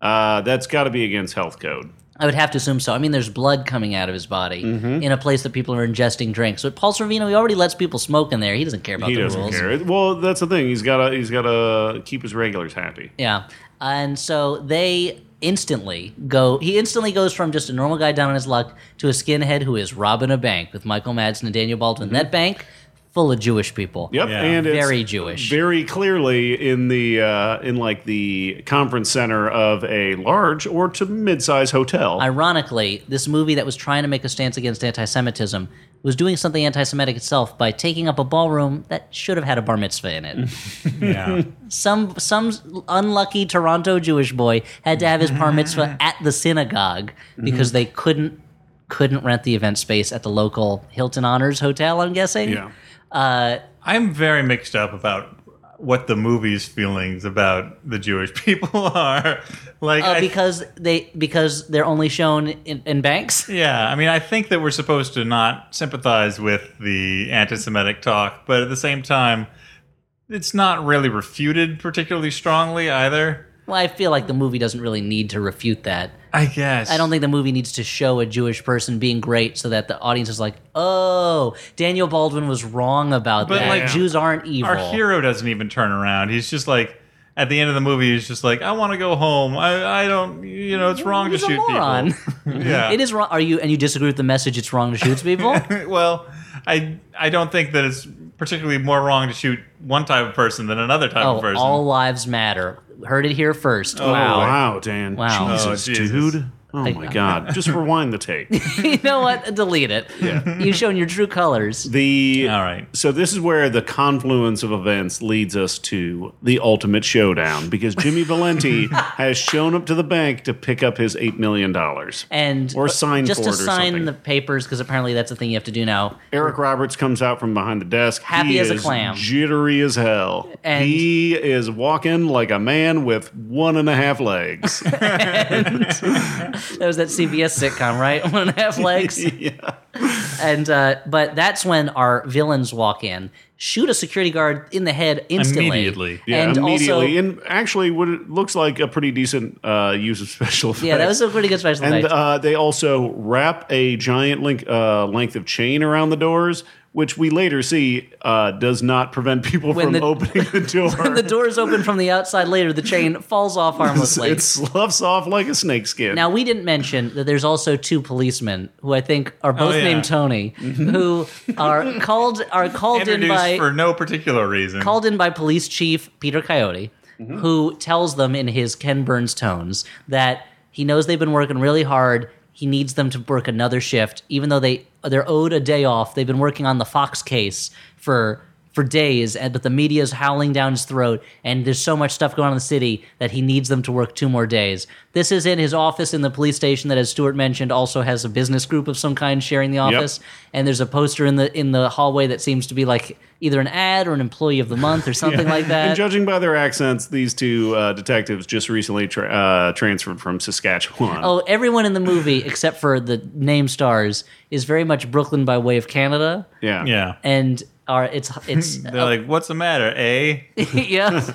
yeah uh, that's got to be against health code I would have to assume so. I mean, there's blood coming out of his body Mm-hmm. in a place that people are ingesting drinks. But Paul Sorvino, he already lets people smoke in there. He doesn't care about he the doesn't rules. care well that's the thing he's got to he's got to keep his regulars happy Yeah. And so they instantly go he instantly goes from just a normal guy down on his luck to a skinhead who is robbing a bank with Michael Madsen and Daniel Baldwin. That bank full of Jewish people. Yep, Yeah. and it's Very Jewish. Very clearly in the uh, in like the conference center of a large or to mid-size hotel. Ironically, this movie that was trying to make a stance against anti Semitism was doing something anti Semitic itself by taking up a ballroom that should have had a bar mitzvah in it. Yeah. some some unlucky Toronto Jewish boy had to have his bar mitzvah at the synagogue because Mm-hmm. they couldn't couldn't rent the event space at the local Hilton Honors Hotel. I'm guessing. yeah. I'm very mixed up about what the movie's feelings about the Jewish people are. Like, Uh, I- because they because they're only shown in, in banks. yeah, I mean, I think that we're supposed to not sympathize with the anti-Semitic talk, but at the same time, it's not really refuted particularly strongly either. Well, I feel like the movie doesn't really need to refute that. I guess I don't think the movie needs to show a Jewish person being great so that the audience is like, "Oh, Daniel Baldwin was wrong about But, that. like, Jews aren't evil." our hero doesn't even turn around. He's just like. At the end of the movie, he's just like, "I want to go home. I, I don't, you know, it's wrong He's to a shoot moron. people." Yeah, It is wrong. Are you and you disagree with the message? It's wrong to shoot people. well, I I don't think that it's particularly more wrong to shoot one type of person than another type Oh, of person. all lives matter. Heard it here first. Oh, Wow. wow. Dan. Wow. Jesus, Oh, Jesus. dude. Oh my God! Just rewind the tape. you know what? Delete it. You've shown your true colors. The All right. So this is where the confluence of events leads us to the ultimate showdown because Jimmy Valenti has shown up to the bank to pick up his eight million dollars. And Or sign just to for it or sign something. the papers because apparently that's the thing you have to do now. Eric Roberts comes out from behind the desk. Happy He as a is clam. Jittery as hell. And- he is walking like a man with one and a half legs. That was that CBS sitcom, right? One and a half legs. yeah. and uh, but that's when our villains walk in, shoot a security guard in the head instantly, Immediately. Yeah, and also. immediately. and actually, what it looks like a pretty decent uh, use of special effects. Yeah, that was a pretty good special And effect. uh, they also wrap a giant link, uh, length of chain around the doors, which we later see uh, does not prevent people When from the- opening the door. When the door is open from the outside later, the chain falls off harmlessly. it sloughs off like a snake skin. Now we didn't mention that there's also two policemen who I think are both Oh, yeah. Mm-hmm. named Tony, who are called are called in Introduced by for no particular reason. called in by police chief Peter Coyote, who tells them in his Ken Burns tones that he knows they've been working really hard. He needs them to work another shift, even though they they're owed a day off. They've been working on the Fox case for for days, and but the media is howling down his throat, and there's so much stuff going on in the city that he needs them to work two more days. This is in his office in the police station that, as Stuart mentioned, also has a business group of some kind sharing the office. And there's a poster in the in the hallway that seems to be like either an ad or an employee of the month or something like And that. judging by their accents, these two uh, detectives just recently tra- uh, transferred from Saskatchewan. Oh, everyone in the movie except for the name stars is very much Brooklyn by way of Canada, yeah, yeah. and are it's it's They're like, "What's the matter, eh?" yeah.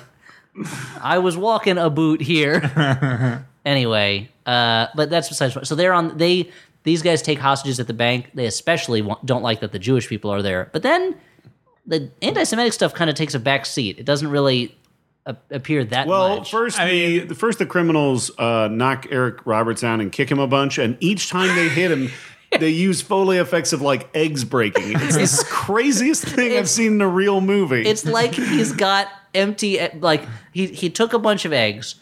I was walking a boot here. anyway, uh, but that's besides. So they're on. They these guys take hostages at the bank. They especially want, don't like that the Jewish people are there. But then the anti-Semitic stuff kind of takes a back seat. It doesn't really a- appear that Well, much. first I the, the first the criminals uh, knock Eric Roberts down and kick him a bunch, and each time they hit him, they use Foley effects of like eggs breaking. It's the craziest thing I've It's- seen in a real movie. it's like he's got empty. e- Like he he took a bunch of eggs.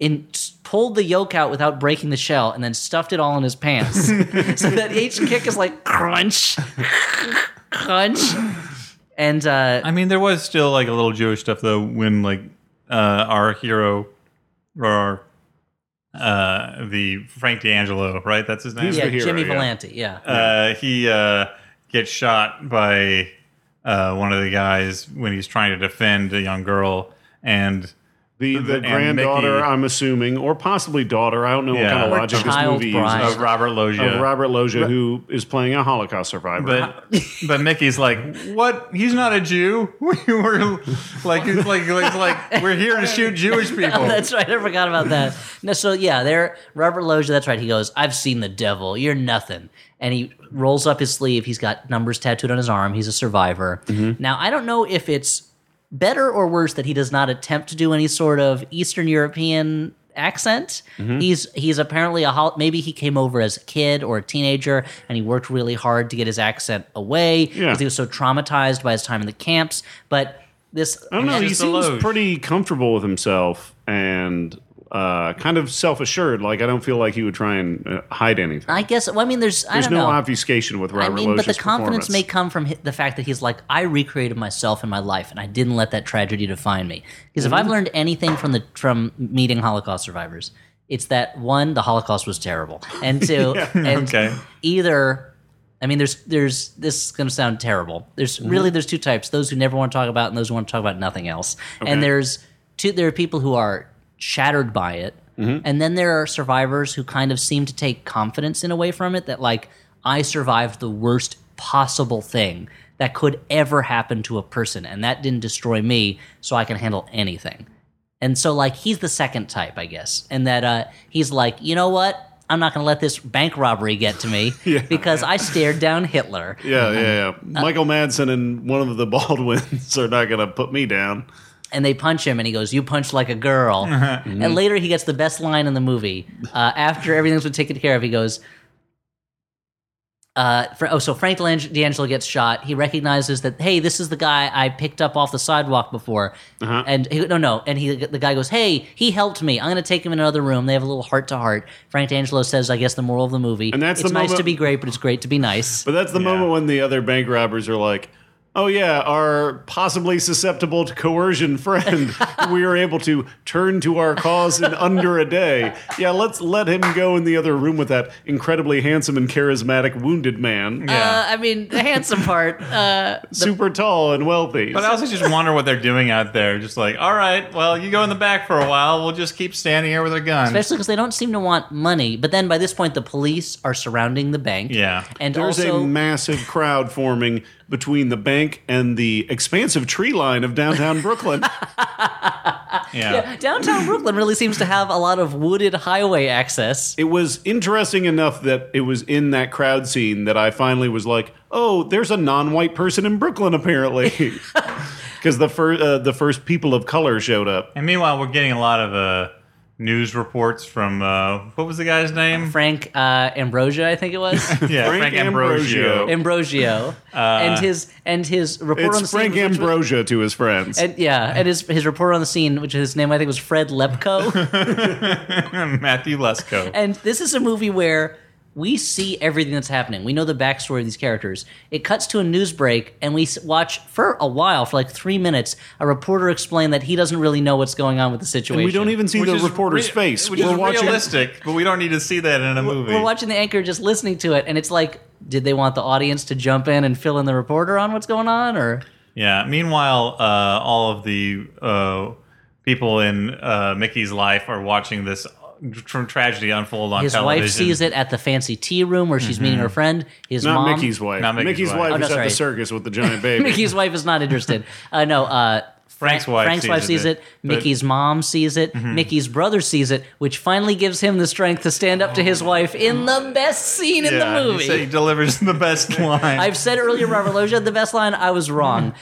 And s- pulled the yolk out without breaking the shell, and then stuffed it all in his pants, so that each kick is like crunch, crunch, and uh, I mean, there was still like a little Jewish stuff though when like uh, our hero or our uh, the Frank D'Angelo, right? That's his name. He's yeah, the hero, Jimmy yeah. Valenti. Yeah, uh, he uh, gets shot by uh, one of the guys when he's trying to defend a young girl, and The, the And granddaughter, Mickey- I'm assuming, or possibly daughter. I don't know Yeah. what kind Or of logic this child movie bride. uses. uh, Robert Loggia. Of Robert Loggia, who is playing a Holocaust survivor. but but Mickey's like, what? He's not a Jew. We were like, it's like, it's like we're here to shoot Jewish people. that's right. I forgot about that. No, so yeah, there, Robert Loggia. That's right. He goes, "I've seen the devil. You're nothing." And he rolls up his sleeve. He's got numbers tattooed on his arm. He's a survivor. Mm-hmm. Now I don't know if it's better or worse that he does not attempt to do any sort of Eastern European accent. Mm-hmm. He's he's apparently a hol- maybe he came over as a kid or a teenager and he worked really hard to get his accent away because Yeah. he was so traumatized by his time in the camps. But this I don't know. Oh, He just a seems loge. pretty comfortable with himself and uh, kind of self assured. Like, I don't feel like he would try and uh, hide anything. I guess. Well, I mean, there's. I There's don't no know. obfuscation with I Robert mean, but the Loggia's confidence performance. may come from hi- the fact that he's like, I recreated myself in my life, and I didn't let that tragedy define me. Because if I've learned anything from the from meeting Holocaust survivors, it's that one, the Holocaust was terrible, and two, and okay. either. I mean, there's there's this is going to sound terrible. There's really there's two types: those who never want to talk about, it and those who want to talk about nothing else. And there's two. There are people who are shattered by it, and then there are survivors who kind of seem to take confidence in a way from it. That like I survived the worst possible thing that could ever happen to a person, and that didn't destroy me, so I can handle anything. And so, like, he's the second type, I guess. And that uh, he's like, you know what? I'm not going to let this bank robbery get to me because I stared down Hitler. Yeah, yeah, yeah. Michael Madsen and one of the Baldwins are not going to put me down. And they punch him, and he goes, You punch like a girl. Mm-hmm. and later, he gets the best line in the movie. Uh, after everything's been taken care of, he goes, uh, Fra- oh, so Frank Lang- D'Angelo gets shot. He recognizes that, hey, this is the guy I picked up off the sidewalk before. Uh-huh. And he, no, no. And he, the guy goes, hey, he helped me. I'm going to take him in another room. They have a little heart to heart. Frank D'Angelo says, I guess the moral of the movie. And that's it's the nice to moment- be great, but it's great to be nice. But that's the moment when the other bank robbers are like, "Oh yeah, our possibly susceptible to coercion friend, who we were able to turn to our cause in under a day. Yeah, let's let him go in the other room with that incredibly handsome and charismatic wounded man, Uh, I mean, the handsome part. Uh, super tall and wealthy." But I also just wonder what they're doing out there. Just like, all right, well, you go in the back for a while. We'll just keep standing here with our guns. especially because they don't seem to want money. But then by this point, the police are surrounding the bank. Yeah. and There's also a massive crowd forming between the bank and the expansive tree line of downtown Brooklyn. yeah. downtown Brooklyn really seems to have a lot of wooded highway access. it was interesting enough that it was in that crowd scene that I finally was like, "Oh, there's a non-white person in Brooklyn apparently," because the first uh, the first people of color showed up. And meanwhile, we're getting a lot of uh, news reports from uh, what was the guy's name? Frank uh, Ambrosia, I think it was yeah, Frank Ambrosio. Ambrosio, and his and his report on the It's Frank scene, which was- Ambrosia to his friends. and yeah, and his his report on the scene, which his name I think was Fred Lepko. Matthew Lesko. And this is a movie where we see everything that's happening. We know the backstory of these characters. It cuts to a news break, and we s- watch for a while, for like three minutes, a reporter explain that he doesn't really know what's going on with the situation. we don't even see Which the is reporter's re- face. Which We're is watching. realistic, but we don't need to see that in a movie. We're watching the anchor just listening to it, and it's like, did they want the audience to jump in and fill in the reporter on what's going on? Or Yeah. Meanwhile, uh, all of the uh, people in uh, Mickey's life are watching this tra- tragedy unfold on his television. wife sees it at the fancy tea room where she's meeting her friend. His Mm-hmm. Not mom, Mickey's wife. Not Mickey's Mickey's wife. wife Oh, no, is at sorry. the circus with the giant baby. Mickey's wife is not interested. Uh, no, uh, Fra- Frank's wife Frank's sees wife it, sees it. but- Mm-hmm. Mickey's mom sees it. Mickey's brother sees it, which finally gives him the strength to stand up to his wife in the best scene in Oh. Yeah, the He, said he movie. delivers the best line. I've said earlier, Robert Loggia had the best line. I was wrong.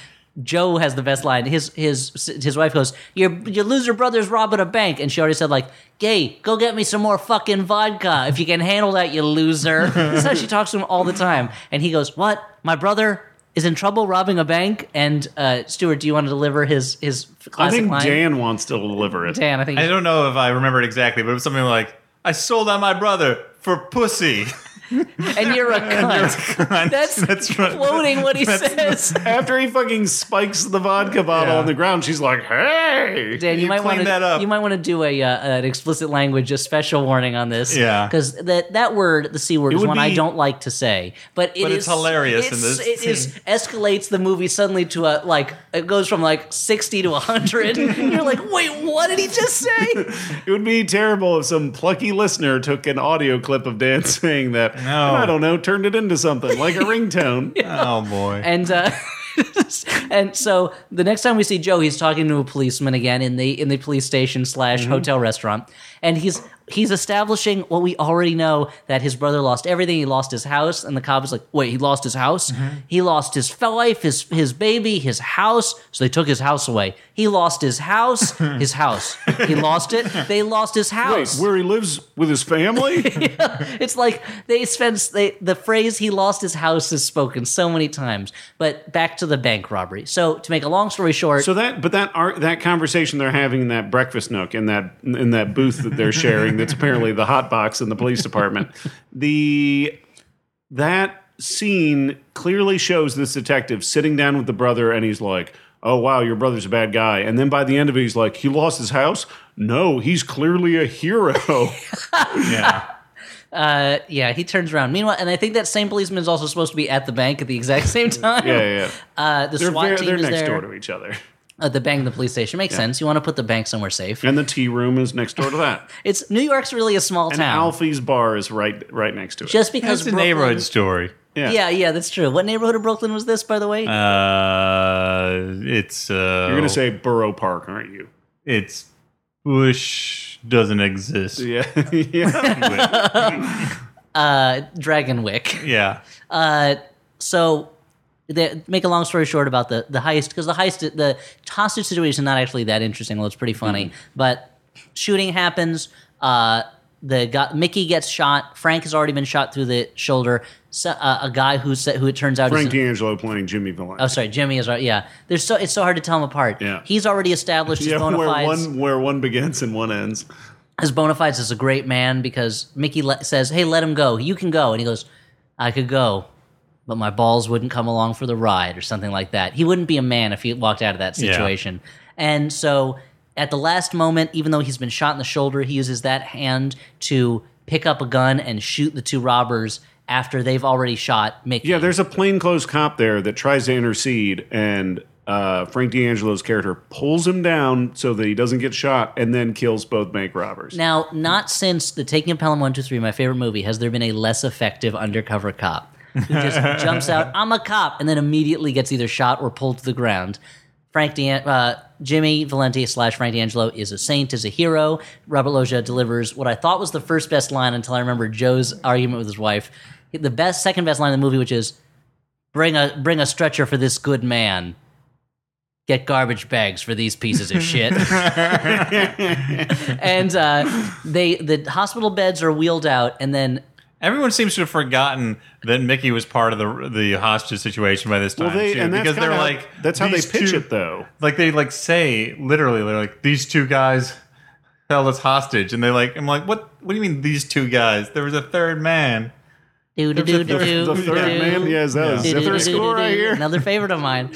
Joe has the best line. His his his wife goes, "Your your loser brother's robbing a bank," and she already said like, "Gay, go get me some more fucking vodka if you can handle that, you loser." That's how she talks to him all the time, and he goes, "What? My brother is in trouble robbing a bank?" And uh, Stuart, do you want to deliver his his I classic think line? Dan wants to deliver it. Dan, I think I don't know if I remember it exactly, but it was something like, I sold out my brother for pussy. and you're a cunt. That's, That's right. quoting what he says. After he fucking spikes the vodka bottle Yeah. on the ground, she's like, "Hey, Dan, you, You might clean want to that up. you might want to do a uh, an explicit language, a special warning on this. Yeah. because that that word, the c word, It is would one I be- don't like to say. But, it But it's is- hilarious in it's, this It is escalates the movie suddenly to a like it goes from like sixty to hundred. and you're like, wait, what did he just say? It would be terrible if some plucky listener took an audio clip of Dan saying that. and I don't know, turned it into something like a ringtone. Oh boy. and uh, and so the next time we see Joe, he's talking to a policeman again in the in the police station slash hotel restaurant, and he's he's establishing what we already know that his brother lost everything. He lost his house, and the cop is like, "Wait, he lost his house? He lost his wife, his his baby, his house. So they took his house away. He lost his house, his house. He lost it. They lost his Wait, house. where he lives with his family? It's like they spend they, the phrase "he lost his house" is spoken so many times. But back to the bank robbery. So to make a long story short, so that, but that art, that conversation they're having in that breakfast nook in that in that booth that they're sharing. that's apparently the hot box in the police department. The that scene clearly shows this detective sitting down with the brother and he's like oh wow your brother's a bad guy and then by the end of it he's like he lost his house no he's clearly a hero Yeah. uh, yeah, he turns around. Meanwhile, and I think that same policeman is also supposed to be at the bank at the exact same time. yeah, yeah. Uh, the They're, SWAT very, team they're is next there. door to each other. Uh, the bank, and the police station makes sense. You want to put the bank somewhere safe. And the tea room is next door to that. It's New York's really a small And town. Alfie's bar is right right next to it. Just because That's a Brooklyn- neighborhood story. yeah. Yeah, yeah, that's true. What neighborhood of Brooklyn was this, by the way? Uh, it's uh, You're going to say Borough Park, aren't you? it's Bush doesn't exist. Yeah. Yeah. yeah. uh, Dragonwick. Uh, so they make a long story short about the the heist because the heist the hostage situation is not actually that interesting although it's pretty funny Mm-hmm. but shooting happens uh the guy, Mickey gets shot. Frank has already been shot through the shoulder. So, uh, a guy who sa- who it turns out Frank is D'Angelo playing Jimmy Villain. oh sorry Jimmy is right yeah. There's so it's so hard to tell them apart. Yeah. he's already established his yeah, bona where fides one where one begins and one ends. his bona fides is a great man because Mickey le- says, "Hey, let him go. You can go." And he goes, "I could go, but my balls wouldn't come along for the ride, or something like that." He wouldn't be a man if he walked out of that Yeah. situation. And so, at the last moment, even though he's been shot in the shoulder, he uses that hand to pick up a gun and shoot the two robbers after they've already shot Mickey. Yeah, there's a plainclothes cop there that tries to intercede, and uh, Frank D'Angelo's character pulls him down so that he doesn't get shot, and then kills both bank robbers. Now, not since the Taking of Pelham 123, my favorite movie, has there been a less effective undercover cop who just jumps out, I'm a cop, and then immediately gets either shot or pulled to the ground. Frank D'An- uh, Jimmy Valenti slash Frank D'Angelo is a saint, is a hero. Robert Loggia delivers what I thought was the first best line until I remember Joe's argument with his wife. The best, second best line in the movie, which is, "Bring a bring a stretcher for this good man. Get garbage bags for these pieces of shit." and uh, they the hospital beds are wheeled out, and then Everyone seems to have forgotten that Mickey was part of the the hostage situation by this time Well, they too, and that's because they're kinda- like that's how they these pitch two- it though. Like they like say literally, they're like these two guys held us hostage, and they like I'm like what what do you mean these two guys? There was a third man. do do do do do The third do, man, yeah, is that do, a do, zither do, do, score do, right do. here? Another favorite of mine.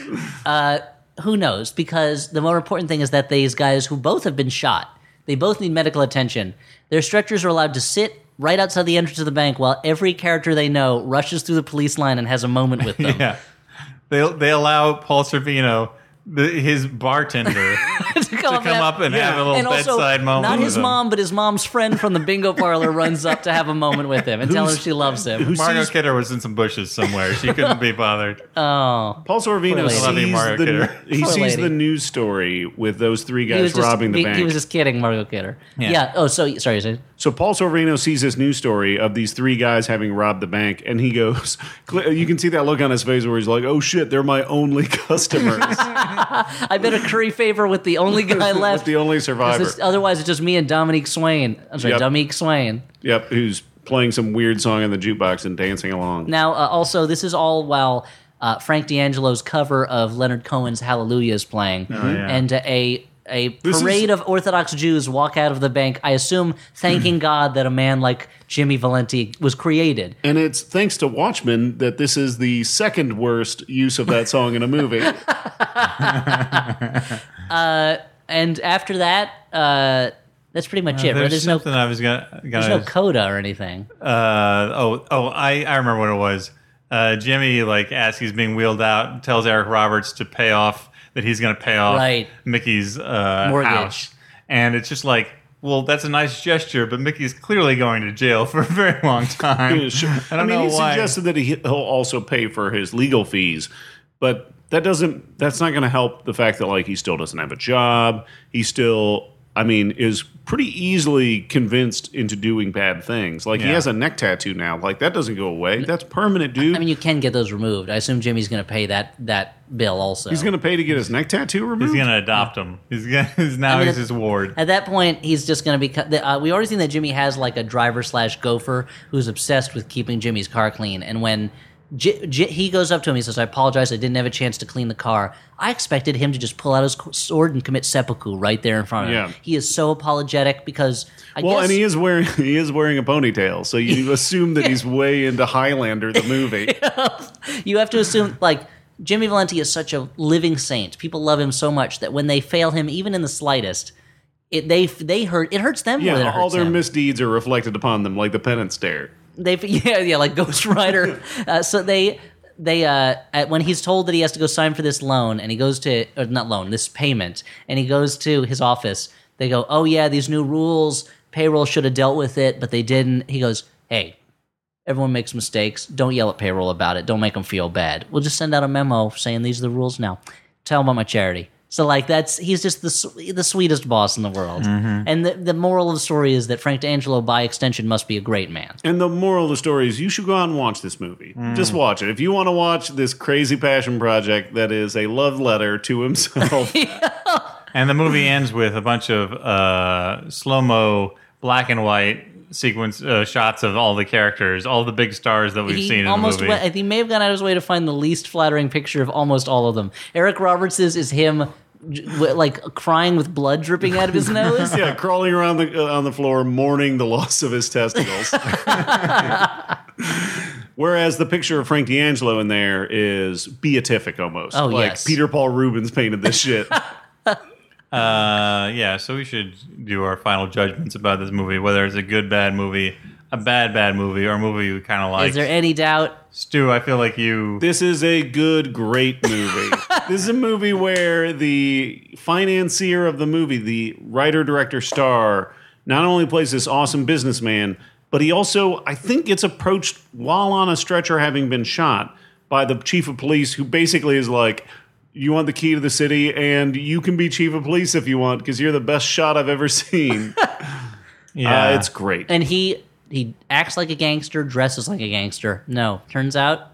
Uh, who knows? Because the more important thing is that these guys who both have been shot, they both need medical attention. Their stretchers are allowed to sit right outside the entrance of the bank while every character they know rushes through the police line and has a moment with them. Yeah, they they allow Paul Servino, the, his bartender, to come, to come up and have a little and also, bedside moment. not with his him. mom, but his mom's friend from the bingo parlor runs up to have a moment with him and tell him Who's- she loves him. Margo sees- Kidder was in some bushes somewhere. She couldn't be bothered. Oh, Paul Sorvino lady. sees, Loving Mario the, Kidder. he Poor sees lady. the news story with those three guys just, robbing the he, bank. he was just kidding, Margot Kidder. Yeah. Yeah. Oh, so sorry. sorry. so Paul Sorvino sees this news story of these three guys having robbed the bank, and he goes, cl- "You can see that look on his face where he's like, oh shit, they're my only customers. I better curry favor with the only guy That's left. the only survivor. This- otherwise, it's just uh, me and Dominique Swain. I'm sorry, Yep. Dominique Swain. yep, who's playing some weird song in the jukebox and dancing along. Now, uh, also, this is all while uh, Frank D'Angelo's cover of Leonard Cohen's "Hallelujah" is playing, yeah. and uh, a a Oh, is- parade of Orthodox Jews walk out of the bank. I assume thanking God that a man like Jimmy Valenti was created. And it's thanks to Watchmen that this is the second worst use of that song in a movie. And after that, uh, that's pretty much it. Right? There's, There's no something I was gonna. there's gonna no coda or anything. uh, oh, oh, I, I remember what it was. Uh, Jimmy, like, as he's being wheeled out, tells Eric Roberts to pay off that he's going to pay off Right. Mickey's uh, Mortgage. house, and it's just like, well, that's a nice gesture, but Mickey's clearly going to jail for a very long time. I I, don't mean, know he why. suggested that he, he'll also pay for his legal fees, but that doesn't. That's not going to help the fact that like he still doesn't have a job. He still, I mean, is pretty easily convinced into doing bad things. Like he Yeah. has a neck tattoo now. Like that doesn't go away. That's permanent, dude. I mean, you can get those removed. I assume Jimmy's going to pay that that bill also. he's going to pay to get his neck tattoo removed. he's going to adopt him. He's gonna, now mean, he's it- his ward. At that point, he's just going to be. cut- Uh, we already seen that Jimmy has like a driver slash gopher who's obsessed with keeping Jimmy's car clean. And when J- J- he goes up to him, he says, "I apologize. I didn't have a chance to clean the car. I expected him to just pull out his qu- sword and commit seppuku right there in front of him. Yeah. He is so apologetic because I well, guess and he is wearing he is wearing a ponytail, so you assume that he's way into Highlander the movie. you have to assume like." Jimmy Valenti is such a living saint. People love him so much that when they fail him, even in the slightest, it they they hurt. It hurts them more than Yeah, it hurts all their him. misdeeds are reflected upon them like the penance stare. They yeah yeah like Ghost Rider. uh, so they they uh at, when he's told that he has to go sign for this loan and he goes to or not loan this payment and he goes to his office. They go, oh yeah, these new rules. Payroll should have dealt with it, but they didn't. He goes, hey, everyone makes mistakes. Don't yell at payroll about it. Don't make them feel bad. We'll just send out a memo saying these are the rules now. Tell them about my charity. So like that's he's just the sw- the sweetest boss in the world. And the, the moral of the story is that Frank D'Angelo, by extension, must be a great man. And the moral of the story is you should go out and watch this movie. Hmm. Just watch it. If you want to watch this crazy passion project that is a love letter to himself, And the movie ends with a bunch of uh, slow mo, black and white sequence uh, shots of all the characters, all the big stars that we've he seen in almost the movie. went, he may have gone out of his way to find the least flattering picture of almost all of them. Eric Roberts's is him j- w- like crying with blood dripping out of his nose. yeah, crawling around the, uh, on the floor mourning the loss of his testicles. Whereas the picture of Frank D'Angelo in there is beatific almost. Oh, like yes. Peter Paul Rubens painted this shit. Uh, yeah, so we should do our final judgments about this movie, whether it's a good bad movie, a bad bad movie, or a movie we kind of like. Is there any doubt? Stu, I feel like you. This is a good, great movie. this is a movie where the financier of the movie, the writer, director, star, not only plays this awesome businessman, but he also, I think, gets approached while on a stretcher having been shot by the chief of police, who basically is like, You want the key to the city, and you can be chief of police if you want, because you're the best shot I've ever seen. Yeah, uh, it's great. And he he acts like a gangster, dresses like a gangster. No, turns out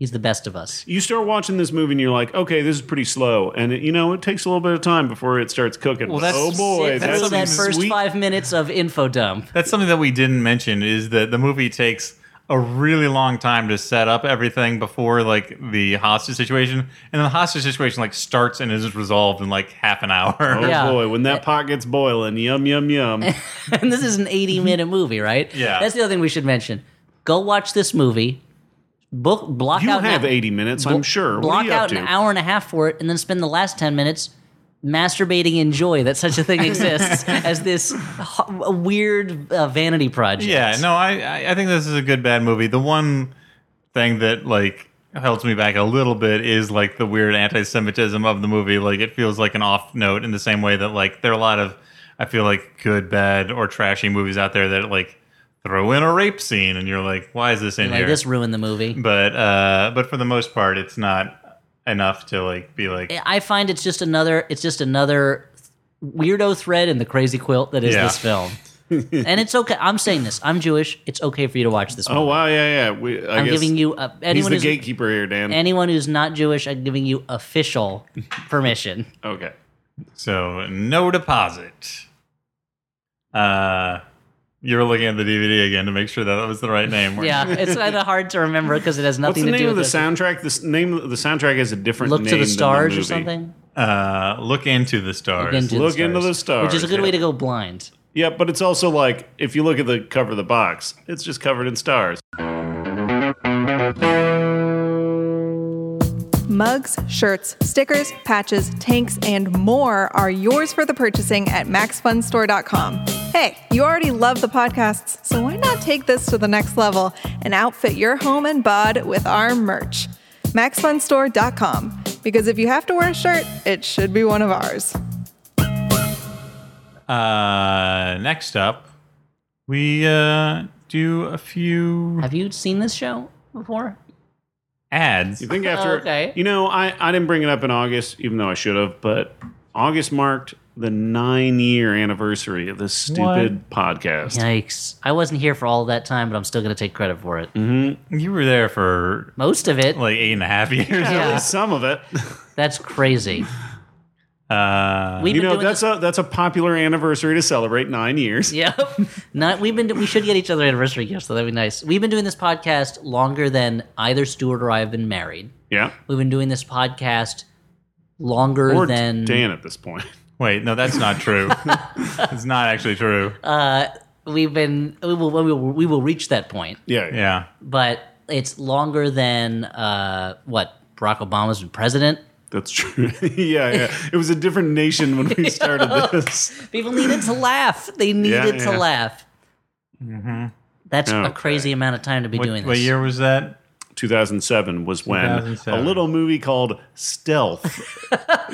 he's the best of us. you start watching this movie and you're like, okay, this is pretty slow, and it, you know it takes a little bit of time before it starts cooking. Well, that's- oh boy, Sit through that's, that some first sweet. five minutes of info dump. that's something that we didn't mention is that the movie takes a really long time to set up everything before like the hostage situation, and then the hostage situation like starts and is resolved in like half an hour. Oh Yeah. boy, when that pot gets boiling, yum yum yum. and this is an 80 minute movie, right? Yeah. That's the other thing we should mention. Go watch this movie. Book block You out an have hou- 80 minutes, I'm sure. What are Block you up out an to? hour and a half for it, and then spend the last 10 minutes masturbating in joy that such a thing exists as this ho- weird uh, vanity project. Yeah, no, I- I I think this is a good bad movie. The one thing that like holds me back a little bit is like the weird anti-Semitism of the movie. Like it feels like an off note in the same way that like there are a lot of I feel like good, bad, or trashy movies out there that like throw in a rape scene, and you're like, why is this in Like, here? this ruined the movie. but uh, but for the most part, it's not enough to like be like I find it's just another it's just another weirdo thread in the crazy quilt that is Yeah. this film. and it's okay. I'm saying this. I'm Jewish. It's okay for you to watch this movie. Oh wow, yeah yeah. We, I I'm guess giving you uh, he's anyone the who's gatekeeper here, Dan. anyone who's not Jewish. I'm giving you official permission. okay. so no deposit. Uh, you were looking at the DVD again to make sure that that was the right name. weren't you? Yeah, it's kind of hard to remember because it has What's nothing the to name do of the with this. soundtrack? The s- name of the soundtrack is a different Look name to than the stars or movie. something. uh, look into the stars. into Look into the which is a stars, good way yeah. to go blind. Yeah, but it's also like if you look at the cover of the box, it's just covered in stars. Mugs, shirts, stickers, patches, tanks, and more are yours for the purchasing at maxfunstore.com. Hey, you already love the podcasts, so why not take this to the next level and outfit your home and bod with our merch? maxfunstore.com. Because if you have to wear a shirt, it should be one of ours. Uh, next up, we uh, do a few Have you seen this show before? ads. You think after, Okay. you know, I, I didn't bring it up in August, even though I should have, but August marked the nine year anniversary of this stupid podcast. Yikes! I wasn't here for all that time, but I'm still going to take credit for it. Mm-hmm. You were there for Most of it. like eight and a half years. At Yeah. least some of it. That's crazy. Uh, We've You been know, doing that's this- a that's a popular anniversary to celebrate nine years. Yep. Not we've been. We should get each other anniversary gifts. So that'd be nice. We've been doing this podcast longer than either Stuart or I have been married. Yeah. We've been doing this podcast longer Or than Dan at this point. wait, no, that's not true. it's not actually true. Uh, we've been. We will. We will, we will reach that point. Yeah. yeah, but it's longer than uh, what Barack Obama's been president. That's true. yeah, yeah. It was a different nation when we started this. People needed to laugh. They needed yeah. Mm-hmm. to laugh. That's a Okay. crazy amount of time to be what, doing this. what year was that? 2007 was when 2007. a little movie called Stealth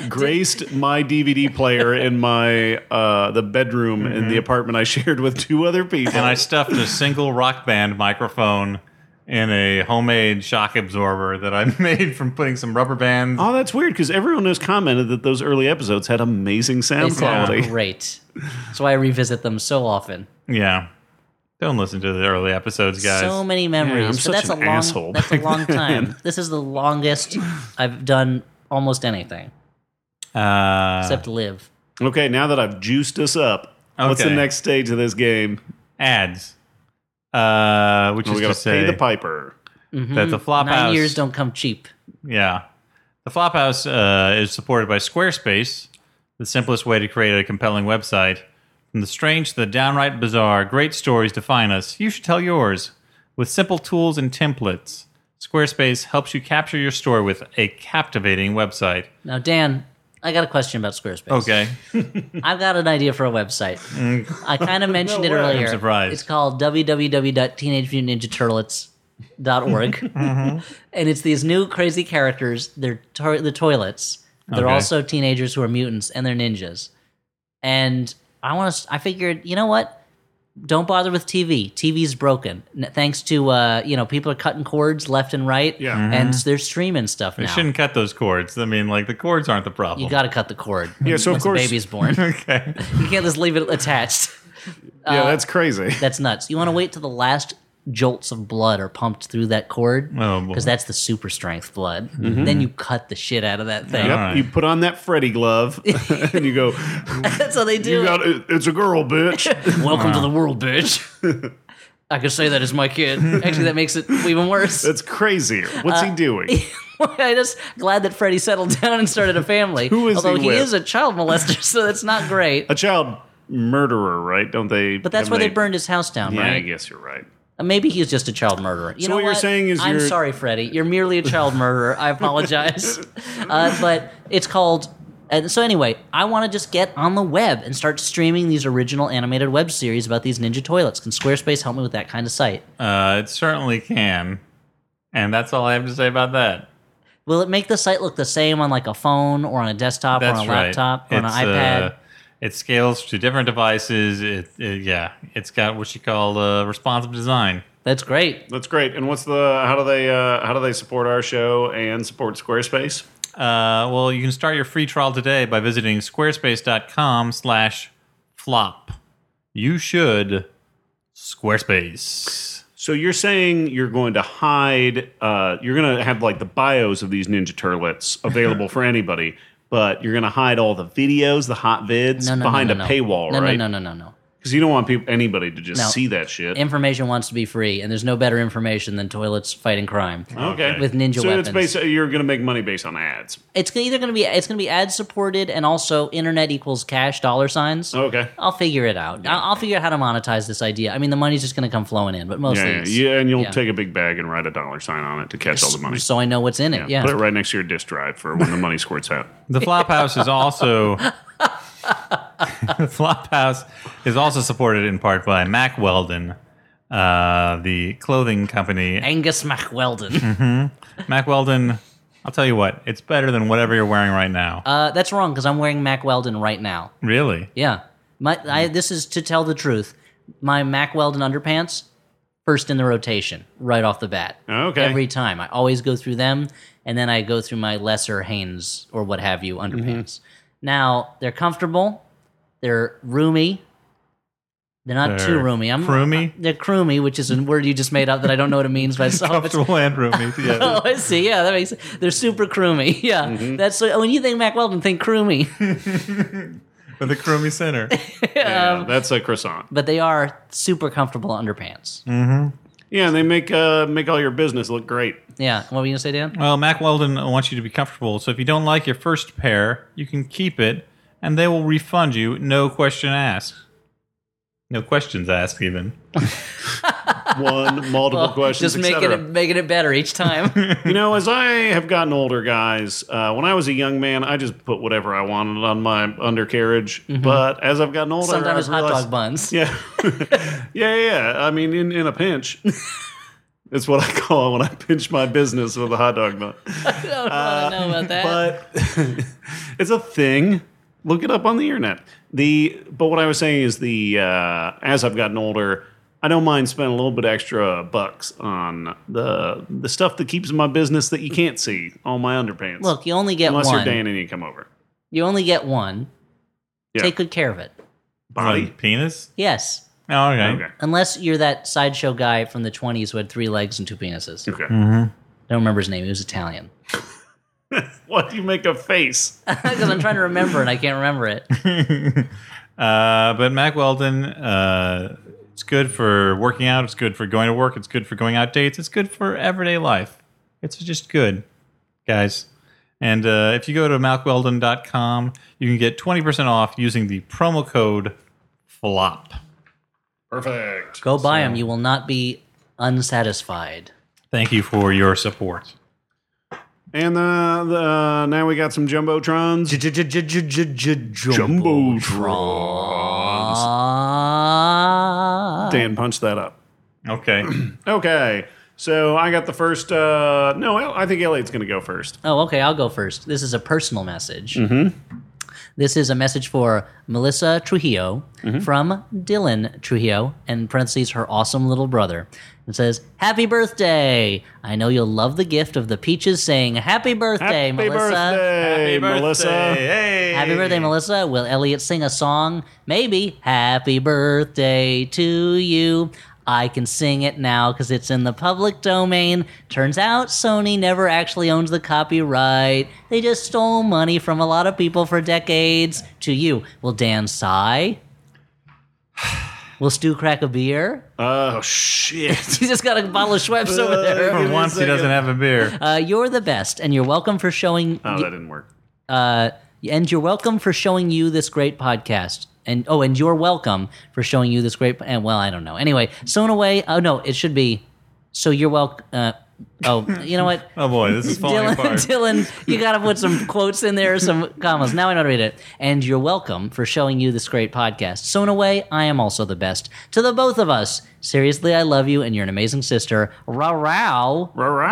graced my DVD player in my uh, the bedroom in the apartment I shared with two other people. Mm-hmm. And I stuffed a single rock band microphone in a homemade shock absorber that I made from putting some rubber bands. oh, that's weird because everyone has commented that those early episodes had amazing They sound sound quality. great. That's why I revisit them so often. Yeah, don't listen to the early episodes, guys. So many Yeah, I'm memories. such but that's an a long. asshole That's a back long then. time. This is the longest I've done almost anything uh, except live. Okay, now that I've juiced us up, what's the Okay. next stage of this game? ads, uh, which We is got to to pay say the piper. that the flop Mm-hmm. Nine house years don't come cheap. Yeah. The Flophouse uh, is supported by Squarespace, the simplest way to create a compelling website. From the strange to the downright bizarre, great stories define us. You should tell yours. With simple tools and templates, Squarespace helps you capture your story with a captivating website. Now, Dan, I got a question about Squarespace. Okay. I've got an idea for a website. I kind of mentioned it Mm. way. earlier. I'm surprised. It's called www.teenagemutantninjaturtlets.org. Mm-hmm. And it's these new crazy characters. They're to- the toilets. They're Okay. also teenagers who are mutants and they're ninjas. And I want to I figured, you know what? Don't bother with TV. TV's broken. N- Thanks to uh, you know, people are cutting cords left and right Yeah. Mm-hmm. and they're streaming stuff now. You shouldn't cut those cords. I mean, like, the cords aren't the problem. You got to cut the cord. Yeah, so of once course- the baby's born. okay. You can't just leave it attached. yeah, that's crazy. That's nuts. You want to wait till the last jolts of blood are pumped through that cord Oh, boy. because that's the super strength blood. Then you cut the shit out of that thing. Mm-hmm. Yep, Alright. you put on that Freddy glove and you go, that's how they do. You it. got it. It's a girl, bitch. Welcome to the world, bitch. I could say that as my kid. Actually, that makes it even worse. That's crazy. What's he doing? I just glad that Freddie settled down and started a family. Who is he Although he, with? is a child molester, so that's not great. A child murderer, right? Don't they? But that's why they burned his house down, Yeah, I right? guess you're right. Uh, Maybe he's just a child murderer. You So know what you're saying is I'm you're- sorry, Freddie. You're merely a child murderer. I apologize, uh, but it's called. And so anyway, I want to just get on the web and start streaming these original animated web series about these ninja toilets. Can Squarespace help me with that kind of site? Uh, it certainly can. And that's all I have to say about that. Will it make the site look the same on like a phone or on a desktop That's or on a right. laptop or on an It's, iPad? uh, it scales to different devices. It, it- yeah, it's got what you call uh, responsive design. That's great. That's great. And what's the? How do they? Uh, how do they support our show and support Squarespace? Uh, well, you can start your free trial today by visiting squarespace.com/flop. You should Squarespace. So you're saying you're going to hide? Uh, you're going to have like the bios of these Ninja Turtlets available for anybody, but you're going to hide all the videos, the hot vids No, no, behind no, no, a no. paywall, No, right? no, no, no, no, no. because you don't want people anybody to just No. see that shit. Information wants to be free, and there's no better information than toilets fighting crime. okay, With ninja so weapons. it's based. You're gonna make money based on ads. It's either going to be it's going to be ad supported, and also internet equals cash dollar signs. Okay. I'll figure it out. I'll, I'll figure out how to monetize this idea. I mean, the money's just going to come flowing in, but mostly, Yeah, yeah, it's- yeah, and you'll yeah. take a big bag and write a dollar sign on it to catch all the money. so I know what's in it. Yeah, Put it right next to your disk drive for when the money squirts out. The Flophouse is also Flophouse is also supported in part by Mac Weldon, uh, the clothing company. Angus MacWeldon. Mac Weldon, I'll tell you what, it's better than whatever you're wearing right now. uh, that's wrong because I'm wearing MacWeldon right now. really? Yeah, my I, Mm. this is to tell the truth. My MacWeldon underpants first in the rotation right off the bat. Okay. every time I always go through them, and then I go through my lesser Hanes or what have Mm-hmm. you underpants. Now they're comfortable, they're roomy. They're not too They're roomy. I'm croomy? They're croomy, which is a word you just made up that I don't know what it means myself. It's Comfortable and roomy. Yeah. Oh, I see. Yeah, that makes they're super croomy. Yeah, Mm-hmm. that's when you think Mac Weldon, think croomy. With a croomy center. Yeah, that's a croissant. but they are super comfortable underpants. Yeah, and they make uh, make all your business look great. Yeah, what were you gonna say, Dan? Well, Mac Weldon wants you to be comfortable, so if you don't like your first pair, you can keep it, and they will refund you, no question asked. No questions asked, even. One, multiple questions, Just making etc. it making it better each time. You know, as I have gotten older, guys, uh, when I was a young man, I just put whatever I wanted on my undercarriage. But as I've gotten older, Mm-hmm. Sometimes I've hot realized- dog buns. Yeah. yeah, yeah, yeah. I mean, in, in a pinch. It's what I call it when I pinch my business with a hot dog bun. I don't know about that. Uh, But it's a thing. Look it up on the internet. The but what I was saying is the uh, as I've gotten older, I don't mind spending a little bit extra bucks on the the stuff that keeps my business that you can't see on my underpants. Look, you only get unless one. you're Dan and you come over. You only get one. Yeah. Take good care of it. Body? Penis? Yes. Oh, okay. Okay. Unless you're that sideshow guy from the 20s who had three legs and two penises. I Okay. don't remember his name. He was Italian. What do you make a face? Because I'm trying to remember and I can't remember it. Uh, but Mac Weldon, uh, it's good for working out. It's good for going to work. It's good for going out dates. It's good for everyday life. It's just good, guys. And uh, if you go to MacWeldon.com, you can get 20% off using the promo code FLOP. Perfect. Go buy them. You will not be unsatisfied. Thank you for your support. And uh, the, uh, now we got some jumbotrons. Jumbotrons. Ah. Dan, punch that up. Okay. Okay. So I got the first. Uh, no, El- I think Elliot's going to go first. Oh, okay. I'll go first. This is a personal message. Mm-hmm. This is a message for Melissa Trujillo from Dylan Trujillo, and parentheses, her awesome little brother. It says, Happy birthday! I know you'll love the gift of the peaches saying, Happy birthday, Melissa. birthday, Melissa. Hey. Happy birthday, Melissa. Will Elliot sing a song? Maybe. Happy birthday to you. I can sing it now because it's in the public domain. Turns out Sony never actually owns the copyright. They just stole money from a lot of people for decades. To you. Will Dan sigh? Will Stu crack a beer? Oh shit! He's just got a bottle of Schweppes over there. For once, he doesn't have a beer. Uh, you're the best, and you're welcome for showing Oh, that didn't work. uh, and you're welcome for showing you this great podcast. And oh, and you're welcome for showing you this great. And well, I don't know. Anyway, so in a way, oh no, it should be. So you're welcome. Uh, oh, you know what? Oh, boy, this is falling Dylan, apart. Dylan, you gotta put some quotes in there, some commas. Now I know how to read it. And you're welcome for showing you this great podcast. So in a way, I am also the best to the both of us. Seriously, I love you, and you're an amazing sister. Rah rah.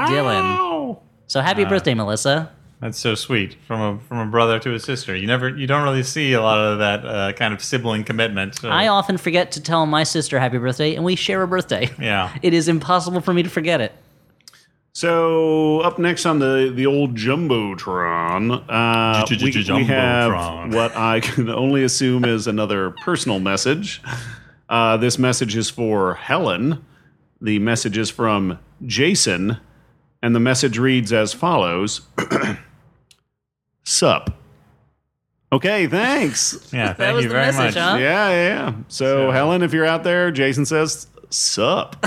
Dylan. So Uh, happy birthday, Melissa. That's so sweet from a from a brother to a sister. You never you don't really see a lot of that uh, kind of sibling commitment. So, I often forget to tell my sister happy birthday, and we share a birthday. yeah. It is impossible for me to forget it. So up next on the the old jumbotron, uh, we, we have Jumbotron. what I can only assume is another personal message. Uh, this message is for Helen. The message is from Jason, and the message reads as follows: Sup. Okay, thanks. Yeah, That thank was you the very much. message, huh? yeah, yeah, yeah. So, Helen, if you're out there, Jason says, sup.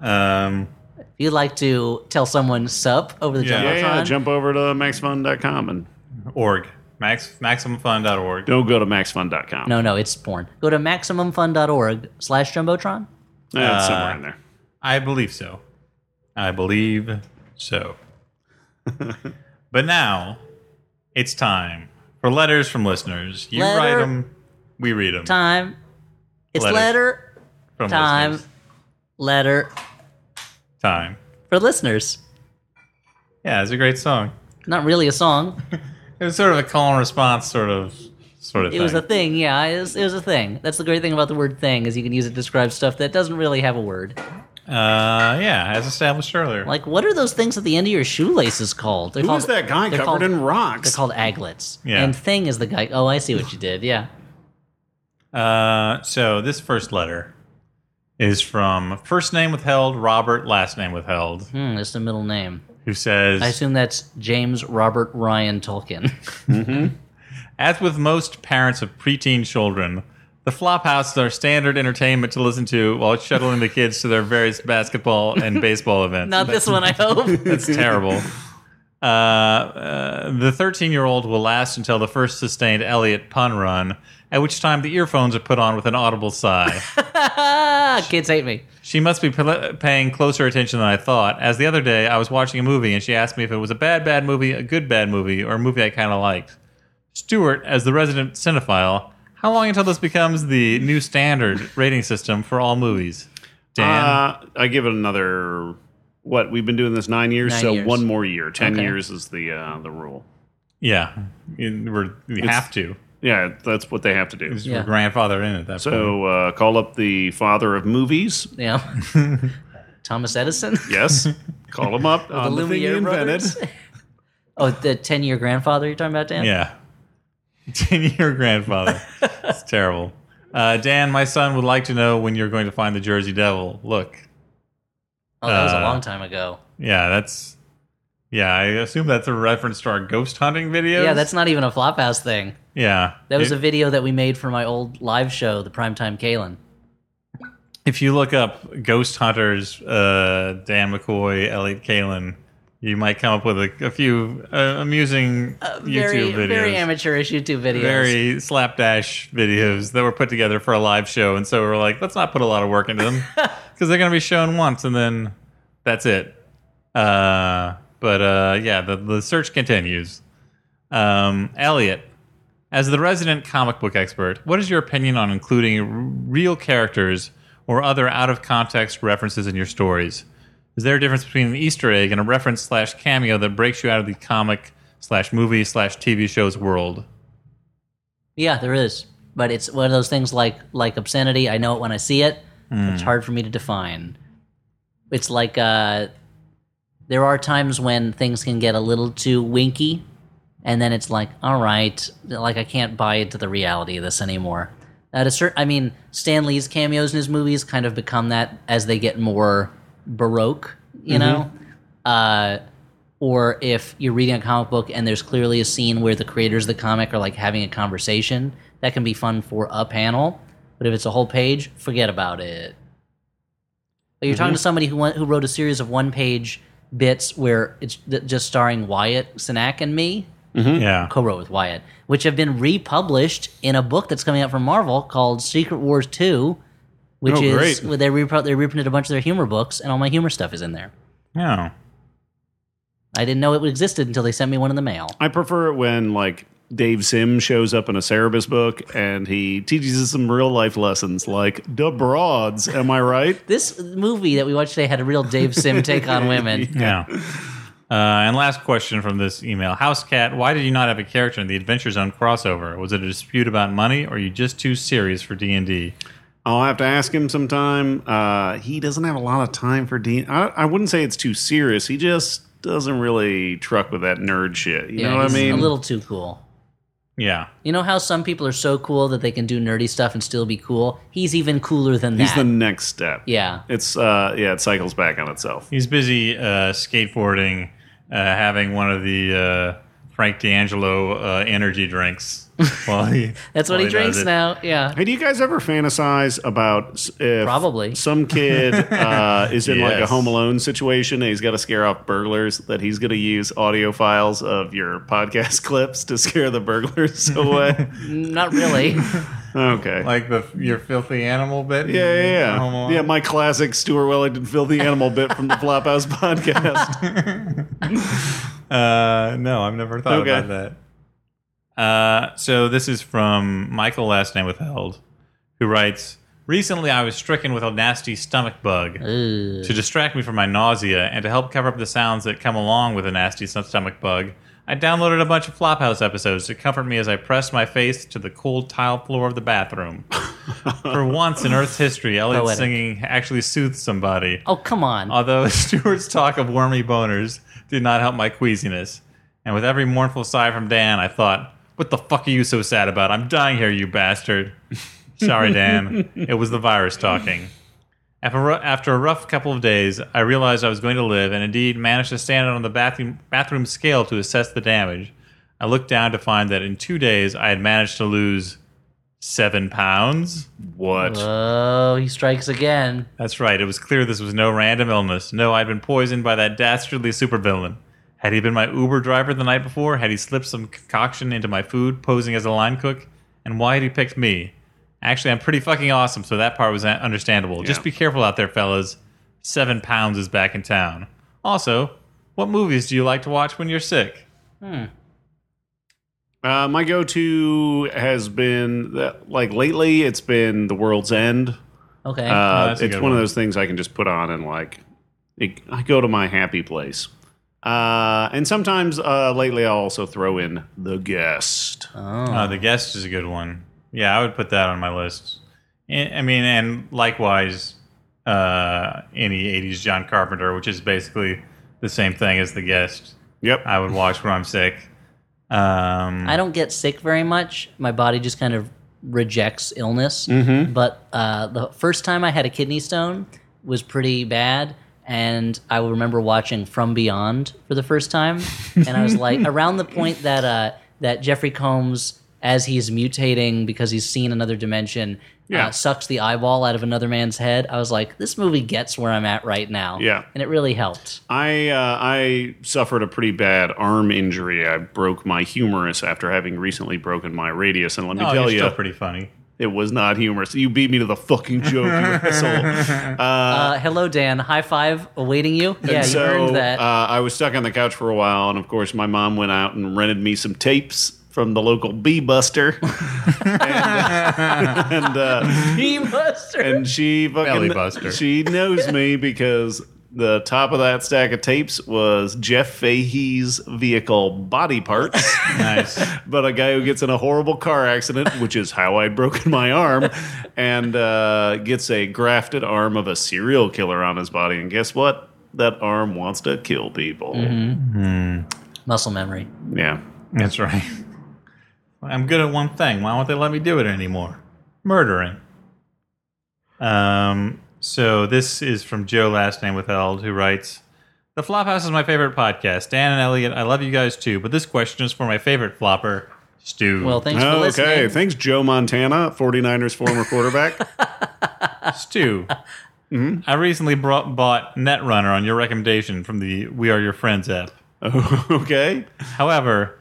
Um, If you'd like to tell someone sup over the Yeah. jumbotron, yeah, yeah, jump over to maxfun.com and org. Max, MaximumFun.org. don't go to maxfun.com. no, no, it's porn. Go to maximumfun.org slash jumbotron. Yeah, it's Uh, somewhere in there. I believe so. I believe so. but now it's time for letters from listeners. You write 'em, write Letter- them, we read them. Time. It's Letters. letter from time. listeners. Letter Time. for listeners. Yeah, it's a great song. Not really a song. It was sort of a call and response sort of sort of It thing. was a thing. Yeah, it was, it was a thing. That's the great thing about the word "thing" is you can use it to describe stuff that doesn't really have a word. uh, yeah, as established earlier. Like, what are those things at the end of your shoelaces called? They're Who called, is that guy they're covered called- in They're rocks? called aglets. Yeah. And thing is the guy. Oh, I see what you did. Yeah. Uh, so this first letter is from first name withheld, Robert, last name withheld, Hmm, it's the middle name. who says I assume that's James Robert Ryan Tolkien. As with most parents of preteen children, the Flophouse is our standard entertainment to listen to while shuttling the kids to their various basketball and baseball events. Not this one, I hope. That's terrible. Uh, uh, the 13 year old will last until the first sustained Elliot pun run, at which time the earphones are put on with an audible sigh. ah, kids hate me. She must be pl- paying closer attention than I thought, as the other day I was watching a movie and she asked me if it was a bad, bad movie, a good, bad movie, or a movie I kind of liked. Stuart, as the resident cinephile, how long until this becomes the new standard rating system for all movies? Dan? Uh, I give it another. What we've been doing this nine years, Nine so years. one more year. Ten Okay. years is the uh, the rule. yeah. You- We're, we have to. Yeah, that's what they have to do. Yeah. We're grandfathered in at that point. So uh, call up the father of movies. Yeah. Thomas Edison? Yes, call him up on the, Lumiere thing he invented. brothers? oh, the 10 year grandfather you're talking about, Dan? Yeah. 10 year grandfather. it's terrible. Uh, Dan, my son would like to know when you're going to find the Jersey Devil. Look. Oh, that was a Uh, long time ago. Yeah, that's. Yeah, I assume that's a reference to our ghost hunting videos. Yeah, that's not even a Flophouse thing. Yeah. That was if, a video that we made for my old live show, the Primetime Kalen. if you look up ghost hunters, uh, Dan McCoy, Elliot Kalin, you might come up with a, a few uh, amusing very, YouTube videos. very amateurish YouTube videos. Very slapdash videos that were put together for a live show, and so we're like, let's not put a lot of work into them because they're going to be shown once, and then that's it. Uh, but uh, yeah, the, the search continues. Um, Elliot, as the resident comic book expert, what is your opinion on including r- real characters or other out of context references in your stories? Is there a difference between an Easter egg and a reference slash cameo that breaks you out of the comic slash movie slash TV show's world? Yeah, there is. But it's one of those things like like obscenity. I know it when I see it. It's hard for me to define. It's like uh, there are times when things can get a little too winky, and then it's like, all right, like I can't buy into the reality of this anymore. At a certain, I mean, Stan Lee's cameos in his movies kind of become that as they get more baroque, you know. Uh, or if you're reading a comic book and there's clearly a scene where the creators of the comic are like having a conversation, that can be fun for a panel. But if it's a whole page, forget about it. But you're Mm-hmm. talking to somebody who went, who wrote a series of one page bits where it's th- just starring Wyatt Cenac and me, Yeah. co-wrote with Wyatt, which have been republished in a book that's coming out from Marvel called Secret Wars Two, which Oh, is great. where they repro- they reprinted a bunch of their humor books, and all my humor stuff is in there. Yeah. I didn't know it existed until they sent me one in the mail. I prefer it when like Dave Sim shows up in a Cerebus book and he teaches us some real life lessons, like the broads. Am I right? This movie that we watched today had a real Dave Sim take on women. Yeah. Uh, and last question from this email House Cat, why did you not have a character in the Adventure Zone crossover? Was it a dispute about money or are you just too serious for D&D? I'll have to ask him sometime. Uh, he doesn't have a lot of time for Dean. I, I wouldn't say it's too serious. He just doesn't really truck with that nerd shit. You know what I he's mean? A little too cool. Yeah. You know how some people are so cool that they can do nerdy stuff and still be cool? He's even cooler than He's that. the next step. yeah. It's uh, yeah, it cycles back on itself. He's busy uh, skateboarding, uh, having one of the uh, Frank D'Angelo uh, energy drinks. While he, That's what while he does drinks it. now. Yeah. Hey, do you guys ever fantasize about s- if Probably. some kid uh, is in like a Yes. Home Alone situation and he's got to scare off burglars that he's going to use audio files of your podcast clips to scare the burglars away? Not really. Okay. Like the your filthy animal bit. in yeah, yeah, Home yeah. Alone? Yeah, my classic Stuart Wellington filthy animal bit from the Flophouse podcast. Uh, no, I've never thought Okay. about that. Uh, so this is from Michael, last name withheld, who writes: Recently, I was stricken with a nasty stomach bug. To distract me from my nausea and to help cover up the sounds that come along with a nasty s- stomach bug, I downloaded a bunch of Flophouse episodes to comfort me as I pressed my face to the cold tile floor of the bathroom. For once in Earth's history, Elliot's Poetic. singing actually soothed somebody. Oh, come on. Although Stewart's talk of wormy boners did not help my queasiness. And with every mournful sigh from Dan, I thought, What the fuck are you so sad about? I'm dying here, you bastard. Sorry, Dan. it was the virus talking. After a ru- after a rough couple of days, I realized I was going to live and indeed managed to stand on the bathroom, bathroom scale to assess the damage. I looked down to find that in two days I had managed to lose seven pounds. What? Oh, he strikes again. That's right. It was clear this was no random illness. No, I'd been poisoned by that dastardly supervillain. Had he been my Uber driver the night before? Had he slipped some concoction into my food, posing as a line cook? And why had he picked me? Actually, I'm pretty fucking awesome, so that part was un- understandable. Just be careful out there, fellas. Seven pounds is back in town. Also, what movies do you like to watch when you're sick? Uh, my go-to has been that, like lately. It's been The World's End. Okay. Uh, Oh, that's a it's good one, of one. those things I can just put on and like it, I go to my happy place. Uh, and sometimes uh, lately I'll also throw in The Guest. Oh. Uh, the guest is a good one. Yeah, I would put that on my list. And- I mean, and likewise, uh, any '80s John Carpenter, which is basically the same thing as the guest. yep. I would watch when I'm sick. Um, I don't get sick very much. My body just kind of rejects illness. Mm-hmm. But uh, the first time I had a kidney stone was pretty bad. And I will remember watching From Beyond for the first time. And I was like, around the point that, uh, that Jeffrey Combs, as he's mutating because he's seen another dimension, Yeah. uh, sucks the eyeball out of another man's head. I was like, this movie gets where I'm at right now. Yeah. And it really helped. I uh, I suffered a pretty bad arm injury. I broke my humerus after having recently broken my radius, and let me oh, tell you're you, still pretty funny. it was not humorous. You beat me to the fucking joke, you asshole. Uh, hello, Dan. High five awaiting you. Yeah, And you so, earned that. Uh, I was stuck on the couch for a while, and of course, my mom went out and rented me some tapes from the local Bee Buster, and, and, uh, He must. and she fucking Belly Buster. She knows me because the top of that stack of tapes was Jeff Fahey's vehicle body parts. Nice. But a guy who gets in a horrible car accident, which is how I'd broken my arm, and uh, gets a grafted arm of a serial killer on his body. And guess what? That arm wants to kill people. Mm-hmm. Muscle memory. Yeah. That's right. I'm good at one thing. Why won't they let me do it anymore? Murdering. Um, so this is from Joe, last name withheld, who writes The Flophouse is my favorite podcast. Dan and Elliot, I love you guys too, but this question is for my favorite flopper, Stu. Well, thanks for listening. Oh, Okay. Thanks, Joe Montana, 49ers former quarterback. Stu. I recently brought, bought Netrunner on your recommendation from the We Are Your Friends app. okay. However,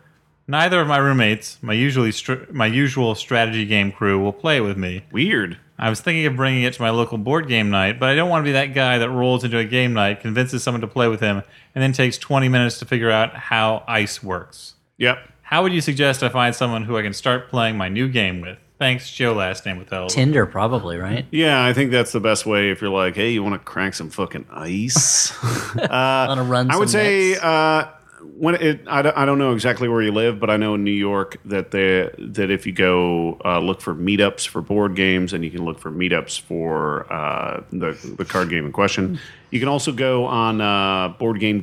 neither of my roommates, my usually str- my usual strategy game crew, will play with me. Weird. I was thinking of bringing it to my local board game night, but I don't want to be that guy that rolls into a game night, convinces someone to play with him, and then takes 20 minutes to figure out how ice works. Yep. How would you suggest I find someone who I can start playing my new game with? Thanks, Joe. Last name with L. Tinder, probably, right? Yeah, I think that's the best way if you're like, hey, you want to crank some fucking ice? On a run. I would some say nets. uh, when it. I don't, I don't know exactly where you live, but I know in New York that the that if you go uh, look for meetups for board games, and you can look for meetups for uh, the the card game in question. You can also go on uh,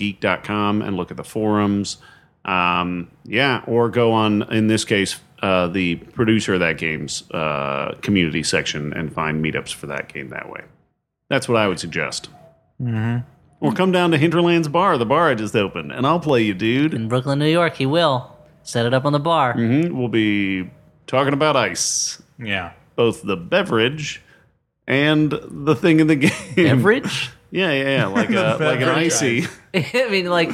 boardgamegeek.com and look at the forums. Um, yeah, or go on in this case. Uh, the producer of that game's uh, community section and find meetups for that game that way. That's what I would suggest. Or come down to Hinterlands Bar. The bar I just opened, and I'll play you, dude. in Brooklyn, New York, he will. Set it up on the bar. We'll be talking about ice, Yeah. both the beverage and the thing in the game. Beverage? Yeah, yeah, yeah. Like, a, like an beverage icy. I mean, like,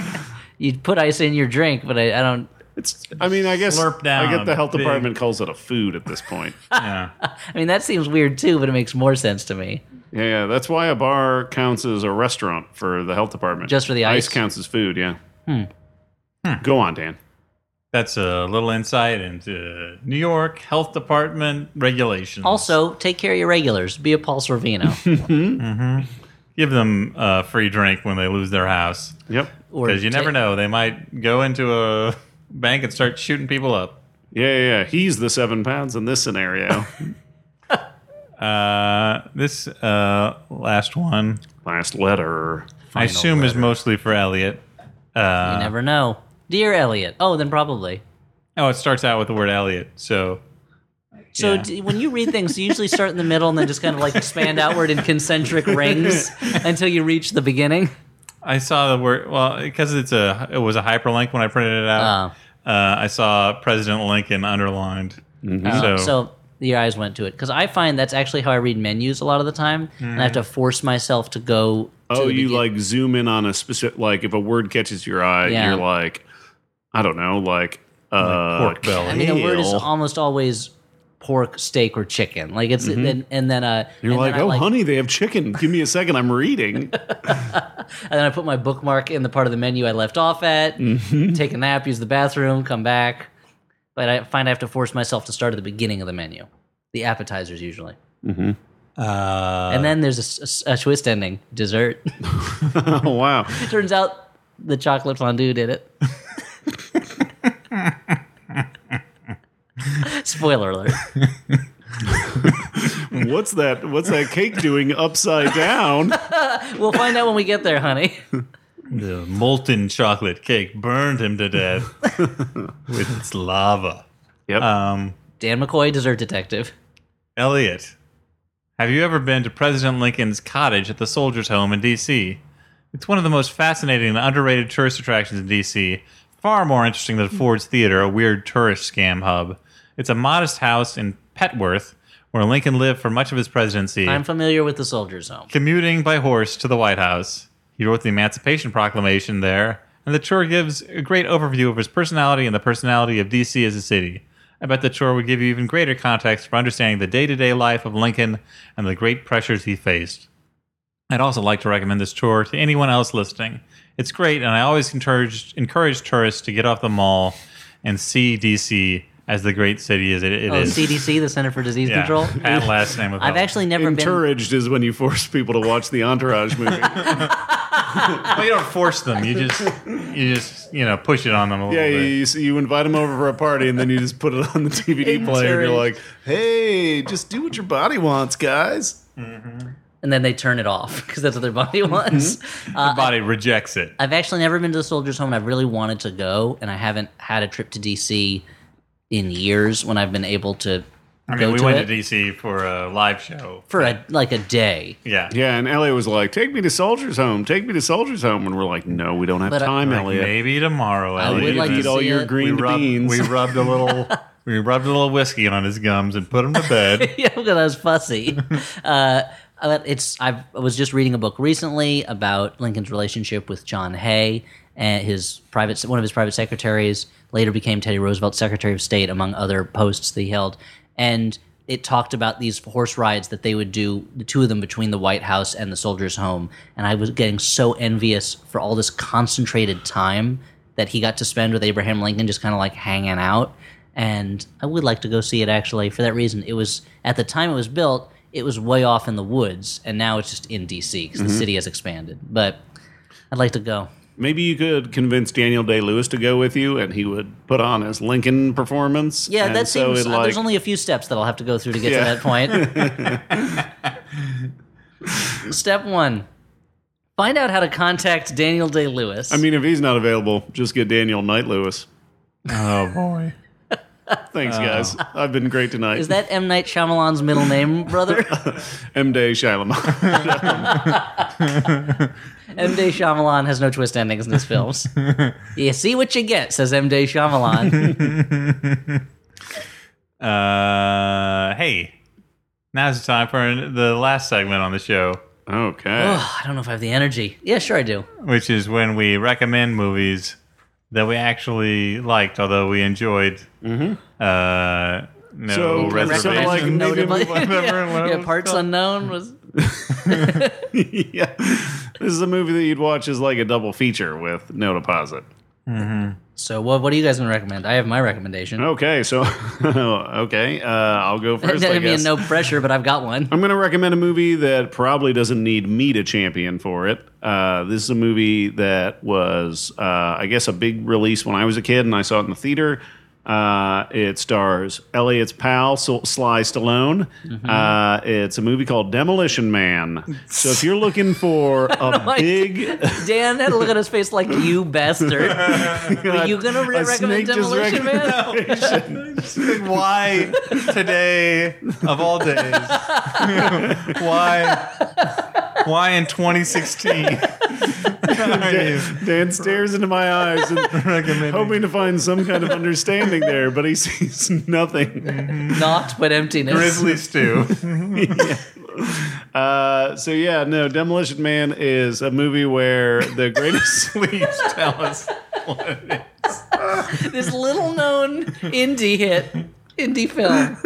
you put ice in your drink, but I, I don't. It's. I mean, I guess Slurp down, I get the health big. department calls it a food at this point. Yeah. I mean, that seems weird too, but it makes more sense to me. Yeah, yeah, that's why a bar counts as a restaurant for the health department. Just for the ice? Hmm. counts as food. Yeah. Go on, Dan. That's a little insight into New York Health Department regulations. Also, take care of your regulars. Be a Paul Sorvino, give them a free drink when they lose their house Yep. or because you ta- never know they might go into a bank and start shooting people up. Yeah, yeah, yeah. He's the seven pounds in this scenario. Uh, this uh, last one, Last letter. I assume, is mostly for Elliot. You never know, dear Elliot. Oh, then probably. Oh, it starts out with the word Elliot, so So Yeah. d- when you read things, you usually start in the middle and then just kind of like expand outward in concentric rings until you reach the beginning. I saw the word well because it's a it was a hyperlink when I printed it out. Uh, I saw President Lincoln underlined. So, Ah, So your eyes went to it because I find that's actually how I read menus a lot of the time, and I have to force myself to go. To Mm-hmm. Oh, the you begin- like zoom in on a specific. Like, if a word catches your eye, Yeah. you're like, I don't know, like. Uh, pork belly. I mean, a word is kale. almost always pork, steak, or chicken. Like it's and, and then uh, Mm-hmm. You're and like, then I, oh, honey, they have chicken. Give me a second. I'm reading. and then I put my bookmark in the part of the menu I left off at. Mm-hmm. Take a nap, use the bathroom, come back. But I find I have to force myself to start at the beginning of the menu, the appetizers usually, Mm-hmm. uh, and then there's a s- a, s- a twist ending, dessert. oh, wow. Turns out the chocolate fondue did it. Spoiler alert. What's that? What's that cake doing upside down? We'll find out when we get there, honey. the molten chocolate cake burned him to death with its lava. Yep. Um, Dan McCoy, dessert detective. Elliot, have you ever been to President Lincoln's cottage at the Soldiers' Home in D.C.? It's one of the most fascinating and underrated tourist attractions in D.C., far more interesting than Ford's Theater, a weird tourist scam hub. It's a modest house in Petworth where Lincoln lived for much of his presidency, I'm familiar with the soldier's home. commuting by horse to the White House. He wrote the Emancipation Proclamation there, and the tour gives a great overview of his personality and the personality of D.C. as a city. I bet the tour would give you even greater context for understanding the day to day life of Lincoln and the great pressures he faced. I'd also like to recommend this tour to anyone else listening. It's great, and I always encourage, encourage tourists to get off the mall and see D.C. as the great city as it, it Oh, is. CDC, the Center for Disease Yeah. Control. Pat last name of I've actually never been. Encouraged is when you force people to watch the Entourage movie. yeah, Well, you don't force them. You just you just you know push it on them a little you, bit. you, see- you invite them over for a party, and then you just put it on the DVD player, and you're like, "Hey, just do what your body wants, guys." And then they turn it off because that's what their body Mm-hmm. wants. Uh, The body rejects it. I've actually never been to the soldier's home, and I've really wanted to go, and I haven't had a trip to DC in years when I've been able to. I go mean, we to went it to DC for a live show. for a, like a day. Yeah, Yeah, and Elliot was like, "Take me to Soldiers Home. Take me to Soldiers Home." And we're like, "No, we don't have But I- time, Like, Elliot. maybe tomorrow. I Elliot. would like eat to all see your it. we green rubbed, beans." We rubbed a little. we rubbed a little whiskey on his gums and put him to bed. yeah, because I was fussy. uh, but it's I've, I was just reading a book recently about Lincoln's relationship with John Hay and his private one of his private secretaries later became Teddy Roosevelt's Secretary of State among other posts that he held and it talked about these horse rides that they would do the two of them between the White House and the Soldiers' Home and I was getting so envious for all this concentrated time that he got to spend with Abraham Lincoln just kind of like hanging out and I would like to go see it actually for that reason. It was at the time it was built, it was way off in the woods, and now it's just in DC because Mm-hmm. the city has expanded. But I'd like to go. Maybe you could convince Daniel Day Lewis to go with you, and he would put on his Lincoln performance. Yeah, and that so seems. it, uh, like, there's only a few steps that I'll have to go through to get Yeah. to that point. Step one: find out how to contact Daniel Day Lewis. I mean, if he's not available, just get Daniel Knight Lewis. oh boy. Thanks, guys. I've been great tonight. Is that M Night Shyamalan's middle name, brother? M Day Shyamalan? M Day Shyamalan has no twist endings in his films. you see what you get, says M Day Shyamalan. Uh, hey, now's the time for the last segment on the show, okay. oh, I don't know if I have the energy. Yeah, sure I do. which is when we recommend movies that we actually liked, although we enjoyed. Uh, no Mm-hmm. So- so, reservations. like, maybe Notably- move on, whatever, yeah, whatever yeah, it's parts called. unknown was yeah. This is a movie that you'd watch as like a double feature with no deposit. So what what are you guys gonna recommend? I have my recommendation. Okay, so okay, uh, I'll go first. I I mean, guess. no pressure, but I've got one. I'm going to recommend a movie that probably doesn't need me to champion for it. Uh, this is a movie that was, uh, I guess, a big release when I was a kid, and I saw it in the theater. Uh, it stars Elliot's pal Sol- Sly Stallone. Mm-hmm. Uh, it's a movie called Demolition Man. So if you're looking for a like- big Dan had a look at his face like you bastard. Are you gonna a re- recommend snake just Demolition rec- Man? why today of all days? why? Why in 2016? Dan stares into my eyes and hoping to find some kind of understanding there, but he sees nothing. Not but emptiness. Grizzly Stew. Uh, so yeah, no, Demolition Man is a movie where the greatest Please tell us. This little known indie hit. Indie film.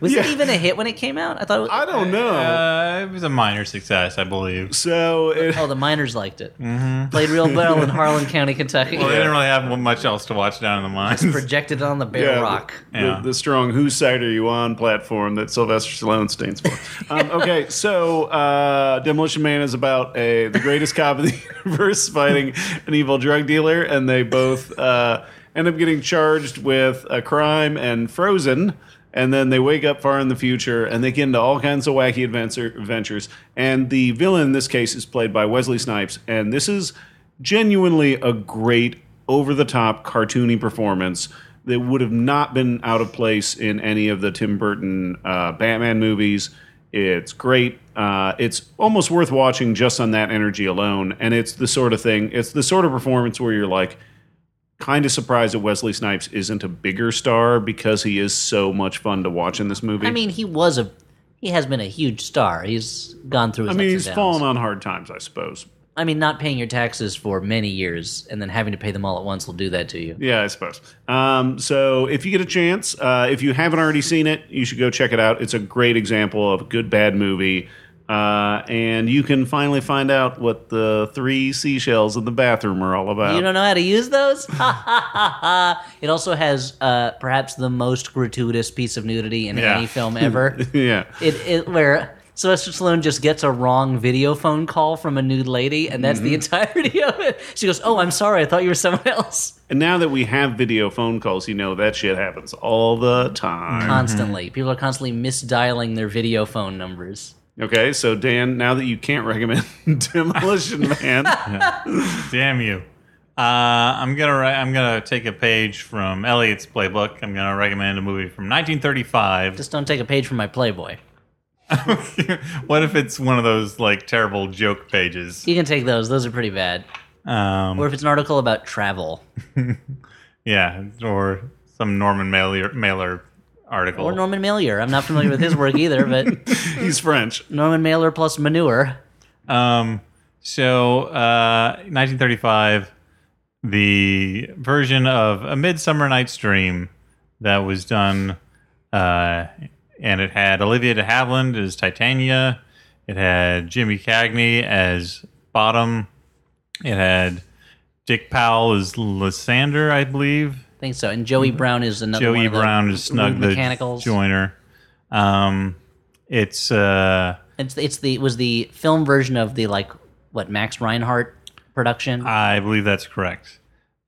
Was it Yeah. even a hit when it came out? I thought it was I don't know. Uh, it was a minor success, I believe. so it, Oh, the miners liked it. Played real well in Harlan County, Kentucky. Oh, Well, they didn't really have much else to watch down in the mines. Projected on the bare Yeah. rock. Yeah. the, the strong "Whose side are you on?" platform that Sylvester Stallone stands for. um, okay, so uh, Demolition Man is about a the greatest cop in the universe fighting an evil drug dealer, and they both uh, end up getting charged with a crime and frozen. And then they wake up far in the future, and they get into all kinds of wacky adventure, adventures. And the villain in this case is played by Wesley Snipes, and this is genuinely a great over the top cartoony performance that would have not been out of place in any of the Tim Burton uh, Batman movies. It's great. Uh, it's almost worth watching just on that energy alone. And it's the sort of thing, it's the sort of performance where you're like, kind of surprised that Wesley Snipes isn't a bigger star because he is so much fun to watch in this movie. I mean, he was a he has been a huge star. He's gone through. His I mean, ups he's and downs. fallen on hard times, I suppose. I mean, not paying your taxes for many years and then having to pay them all at once will do that to you. Yeah, I suppose. Um, so if you get a chance, uh, if you haven't already seen it, you should go check it out. It's a great example of a good bad movie. Uh, and you can finally find out what the three seashells in the bathroom are all about. You don't know how to use those? Ha ha ha ha! It also has uh, perhaps the most gratuitous piece of nudity in Yeah. any film ever. yeah. it, it where Sylvester Stallone just gets a wrong video phone call from a nude lady, and that's the entirety of it. She goes, "Oh, I'm sorry, I thought you were someone else." And now that we have video phone calls, you know that shit happens all the time. Constantly, people are constantly misdialing their video phone numbers. Okay, so Dan, now that you can't recommend Demolition Man, Damn you. Uh, I'm gonna re- I'm gonna take a page from Elliot's playbook. I'm gonna recommend a movie from 1935. Just don't take a page from my Playboy. what if it's one of those like terrible joke pages? You can take those; those are pretty bad. Um, Or if it's an article about travel, yeah, or some Norman Mailer, Mailer article. or Norman Mailer. I'm not familiar with his work either, but he's French. Norman Mailer plus manure. Um, so, uh, 1935, the version of A Midsummer Night's Dream that was done, uh, and it had Olivia de Havilland as Titania. It had Jimmy Cagney as Bottom. It had Dick Powell as Lysander, I believe. I think so. And Joey Brown is another one Mm-hmm. Joey of the Brown is Snug the mechanicals. Joiner. Um, it's uh, It's it's the it was the film version of the like what Max Reinhardt production. I believe that's correct.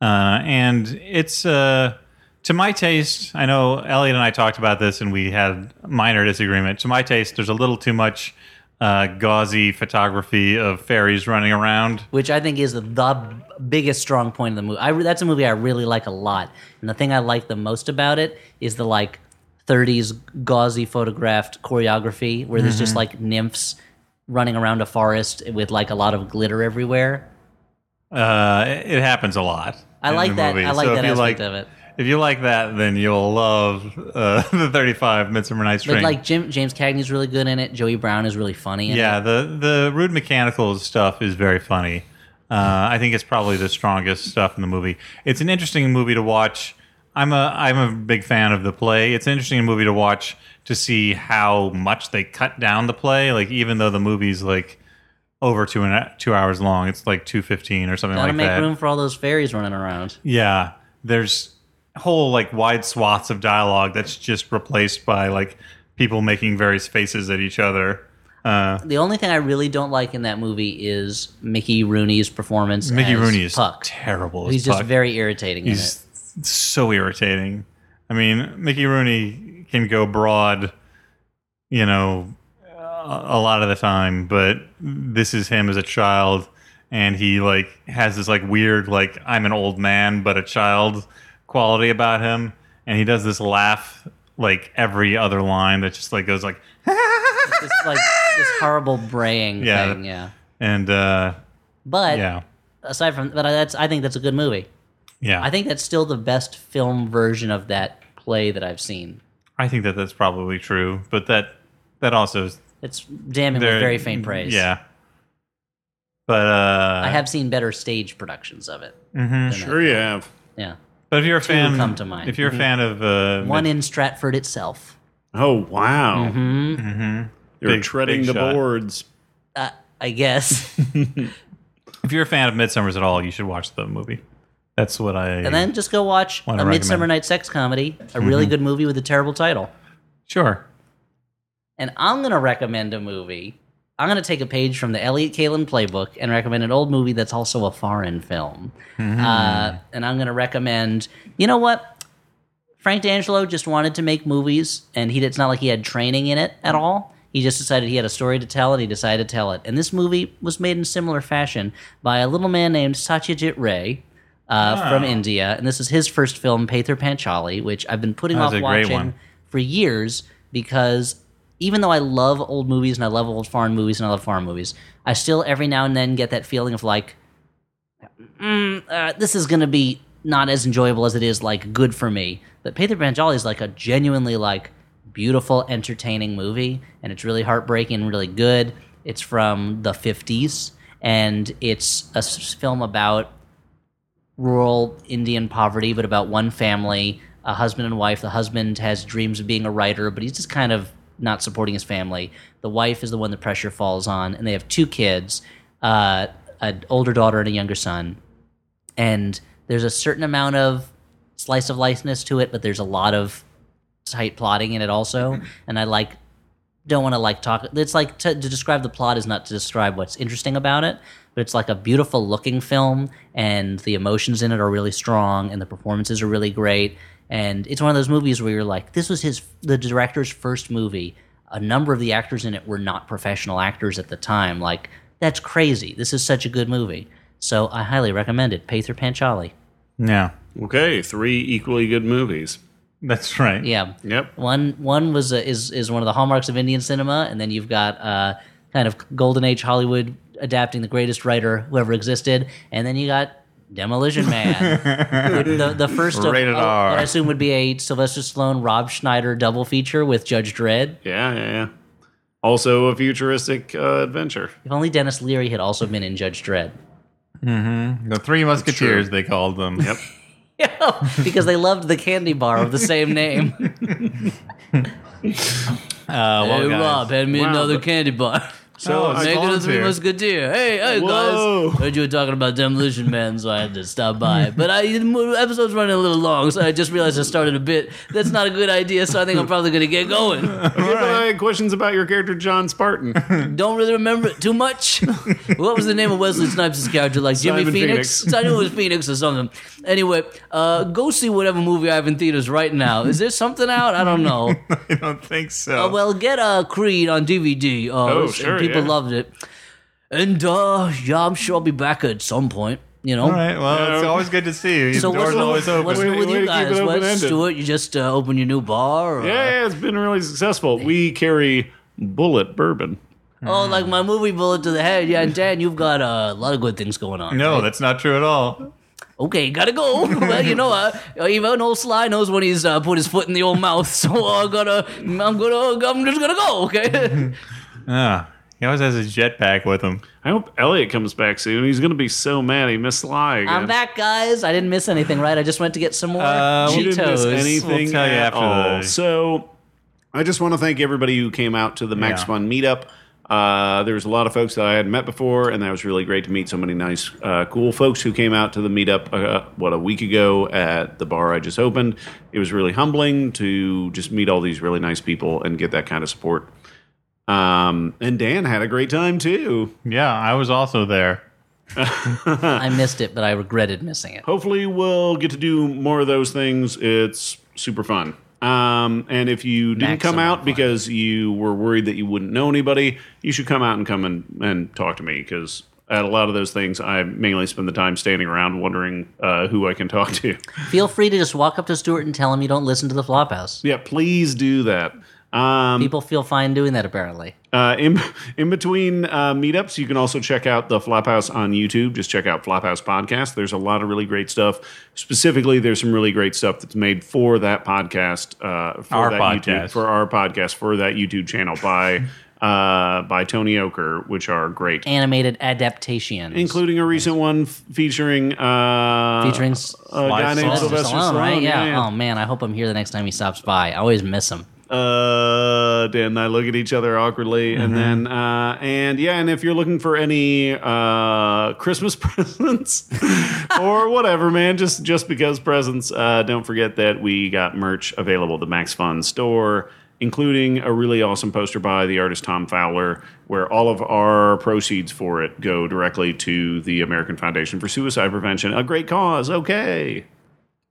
Uh, and it's uh, to my taste. I know Elliot and I talked about this, and we had minor disagreement. To my taste, there's a little too much uh, gauzy photography of fairies running around. which I think is the biggest strong point of the movie. I re- that's a movie I really like a lot, and the thing I like the most about it is the like 30s gauzy photographed choreography where there's just Mm-hmm. like nymphs running around a forest with like a lot of glitter everywhere. Uh, it it happens a lot. I in like the that- movie. I like So that if you like, aspect of it. If you like that, then you'll love uh, the 35 Midsummer Night's But Dream. like Jim, James Cagney's really good in it. Joey Brown is really funny. In yeah, it. the the Rude Mechanicals stuff is very funny. Uh, I think it's probably the strongest stuff in the movie. It's an interesting movie to watch. I'm a I'm a big fan of the play. It's an interesting movie to watch to see how much they cut down the play. Like even though the movie's like over two and two hours long, it's like two fifteen or something gotta like make that. room for all those fairies running around. Yeah, there's whole like wide swaths of dialogue that's just replaced by like people making various faces at each other. Uh, The only thing I really don't like in that movie is Mickey Rooney's performance. Mickey as Rooney is Puck. terrible. as He's just Puck. very irritating. in it. He's so irritating. I mean, Mickey Rooney can go broad, you know, a a lot of the time, but this is him as a child, and he like has this like weird like I'm an old man but a child quality about him, and he does this laugh like every other line that just like goes like this like this horrible braying Yeah. thing. Yeah, and uh but yeah aside from but I- that's I think that's a good movie. yeah I think that's still the best film version of that play that I've seen. I think that that's probably true, but that that also is It's damning with They're- very faint praise. Yeah. But uh I have seen better stage productions of it. Sure, you have. Yeah, but if you're a fan come to mind. Mm-hmm. if you're a fan of uh one mid- in Stratford itself. Oh wow! Mm-hmm. You're Mm-hmm. Big- treading big the shot. boards. Uh, I guess, if you're a fan of Midsummer's at all, you should watch the movie. That's what I and then just go watch Wanna a recommend. Mm-hmm. Midsummer Night Sex Comedy, a really good movie with a terrible title. Sure. And I'm going to recommend a movie. I'm going to take a page from the Elliot Kalin playbook and recommend an old movie that's also a foreign film. Mm-hmm. Uh, and I'm going to recommend, you know what? Frank D'Angelo just wanted to make movies, and he it's not like he had training in it at Mm. all. He just decided he had a story to tell, and he decided to tell it. And this movie was made in similar fashion by a little man named Satyajit Ray uh, Ah. from India, and this is his first film, Pather Panchali, which I've been putting That was off a great watching one. for years because even though I love old movies and I love old foreign movies and I love foreign movies, I still every now and then get that feeling of like, mm, uh, this is going to be not as enjoyable as it is like good for me. But Pather Panchali is like a genuinely like beautiful, entertaining movie, and it's really heartbreaking, and really good. It's from the fifties, and it's a s- film about rural Indian poverty, but about one family, a husband and wife. The husband has dreams of being a writer, but he's just kind of not supporting his family. The wife is the one the pressure falls on, and they have two kids, uh, an older daughter and a younger son. And there's a certain amount of slice of license to it, but there's a lot of tight plotting in it also. And I like don't want to like talk. It's like to, to describe the plot is not to describe what's interesting about it, but it's like a beautiful looking film, and the emotions in it are really strong, and the performances are really great. And it's one of those movies where you're like, this was his the director's first movie. A number of the actors in it were not professional actors at the time. Like that's crazy. This is such a good movie. So I highly recommend it. Pather Panchali. Yeah. Okay, three equally good movies. That's right. Yeah. Yep. One one was a, is is one of the hallmarks of Indian cinema, and then you've got uh, kind of golden age Hollywood adapting the greatest writer who ever existed, and then you got Demolition Man, the, the first of, Rated uh, R. what I assume would be a Sylvester Stallone Rob Schneider double feature with Judge Dredd. Yeah, yeah, yeah. Also a futuristic uh, adventure. If only Dennis Leary had also been in Judge Dredd. The Three Musketeers they called them. Uh, Yep. because they loved the candy bar of the same name. Uh, well, guys, hand me Wow, another but- candy bar. So, I Make Oh, it a volunteer. three musketeer. Hey, hey Whoa. guys. Heard you were talking about Demolition Man, so I had to stop by. But I the episode's running a little long, so I just realized I started a bit. That's not a good idea, so I think I'm probably gonna get going. Okay, but I had questions about your character, John Spartan. Don't really remember it too much. what was the name of Wesley Snipes' character? Like Jimmy Simon Phoenix? Phoenix. I knew it was Phoenix or something. Anyway, uh, go see whatever movie I have in theaters right now. Is there something out? I don't know. Oh, I don't think so. Uh, well, get uh, Creed on DVD. Uh, Oh, it's- sure, people yeah. loved it. And uh, yeah, I'm sure I'll be back at some point. You know. All right. Well, it's always good to see you. So the door's what's, always open. what's Way- new with way you to keep it guys? What, open-ended. Stuart? You just uh, open your new bar? Or, yeah, it's been really successful. We carry bullet bourbon. Oh, like my movie bullet to the head. Yeah, and Dan, you've got uh, a lot of good things going on. no, that's not true at all. Okay, gotta go. well, you know, uh, even old Sly knows when he's uh, put his foot in the old mouth. So I gotta, I'm gonna, I'm just gonna go. Mm-hmm. Okay. Ah, he always has his jetpack with him. I hope Elliot comes back soon. He's going to be so mad he missed Sly again. I'm back, guys. I didn't miss anything, right? I just went to get some more Uh, You we didn't miss Cheetos. anything We'll tell you at after all. the- So I just want to thank everybody who came out to the Max Yeah. Fun meetup. Uh, there was a lot of folks that I hadn't met before, and that was really great to meet so many nice, uh, cool folks who came out to the meetup, uh, what, a week ago at the bar I just opened. It was really humbling to just meet all these really nice people and get that kind of support. Um, and Dan had a great time too. Yeah, I was also there. I missed it, but I regretted missing it. hopefully we'll get to do more of those things. It's super fun. Um, and if you didn't come Maximum out fun. because you were worried that you wouldn't know anybody, you should come out and come and, and talk to me because at a lot of those things, I mainly spend the time standing around wondering uh, who I can talk to. Feel free to just walk up to Stuart and tell him you don't listen to the Flophouse. yeah, please do that. Um, People feel fine doing that, apparently. Uh, in, in between uh, meetups, you can also check out the Flophouse on YouTube. Just check out Flophouse Podcast. There's a lot of really great stuff. Specifically, there's some really great stuff that's made for that podcast, uh, for Our that podcast. YouTube, for our podcast, for that YouTube channel by uh, by Tony Oker, which are great, Animated adaptations, including a recent one f- featuring uh, featuring a guy Sylvester named Sylvester Stallone. right? Yeah. yeah. Oh man, I hope I'm here the next time he stops by. I always miss him. uh dan and i look at each other awkwardly and then uh and yeah and if you're looking for any uh christmas presents or whatever man just just because presents uh don't forget that we got merch available at the max fun store including a really awesome poster by the artist tom fowler where all of our proceeds for it go directly to the american foundation for suicide prevention a great cause okay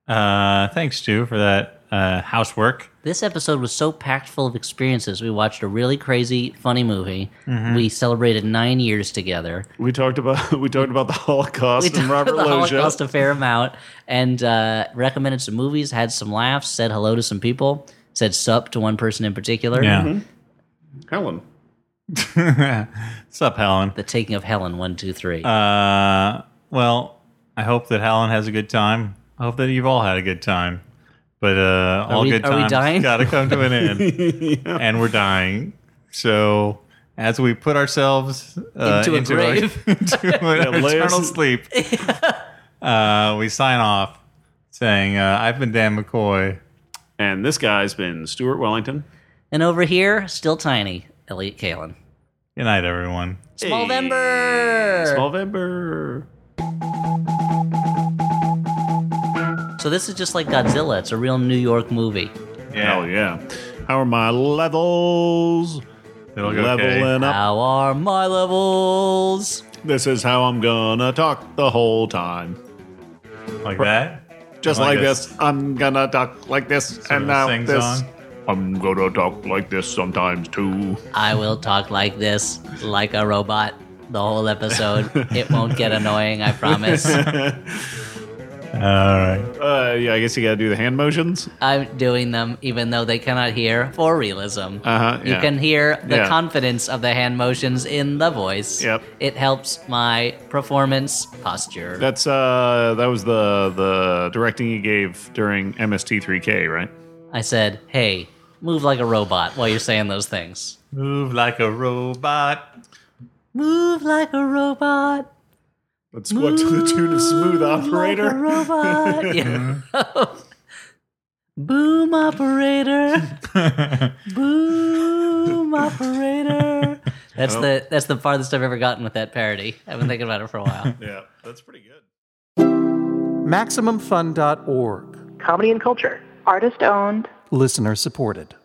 Uh, thanks, Stu, for that uh, housework. This episode was so packed full of experiences. We watched a really crazy, funny movie. Mm-hmm. We celebrated nine years together. we talked about we talked about the holocaust and talked robert about the Loggia. Holocaust a fair amount and uh, recommended some movies, had some laughs, said hello to some people, said sup to one person in particular. Yeah. helen What's up, Helen? The taking of Helen, one, two, three. Uh, well, I hope that Helen has a good time. I hope that you've all had a good time. But uh, all we- good are we times dying? gotta come to an end, and we're dying. So as we put ourselves uh, Into a our- grave. into an Yeah, lay us- eternal sleep, uh, we sign off saying, uh, "I've been Dan McCoy." And this guy's been Stuart Wellington. and over here, still tiny, Elliot Kalen. Good night, everyone. It's November. November. So this is just like Godzilla. It's a real New York movie. Hell yeah. How are my levels? It'll go okay. Leveling up. How are my levels? This is how I'm gonna talk the whole time. like that. Just Like like, this. this. I'm gonna talk like this of and a now sing this. song. I'm gonna talk like this sometimes too. I will talk like this, like a robot, the whole episode. It won't get annoying, I promise. All right. Uh, yeah, I guess you gotta do the hand motions. I'm doing them even though they cannot hear for realism. Uh-huh, You yeah. can hear the Yeah. confidence of the hand motions in the voice. Yep. It helps my performance posture. That's uh, that was the the directing you gave during MST3K, right? I said, hey, move like a robot while you're saying those things. Move like a robot. Move like a robot. Let's squat to the tune of Smooth Like a robot. Yeah. Boom operator. Boom operator. That's the that's the farthest I've ever gotten with that parody. I've been thinking about it for a while. Yeah, that's pretty good. MaximumFun.org. comedy and culture. Artist owned. Listener supported.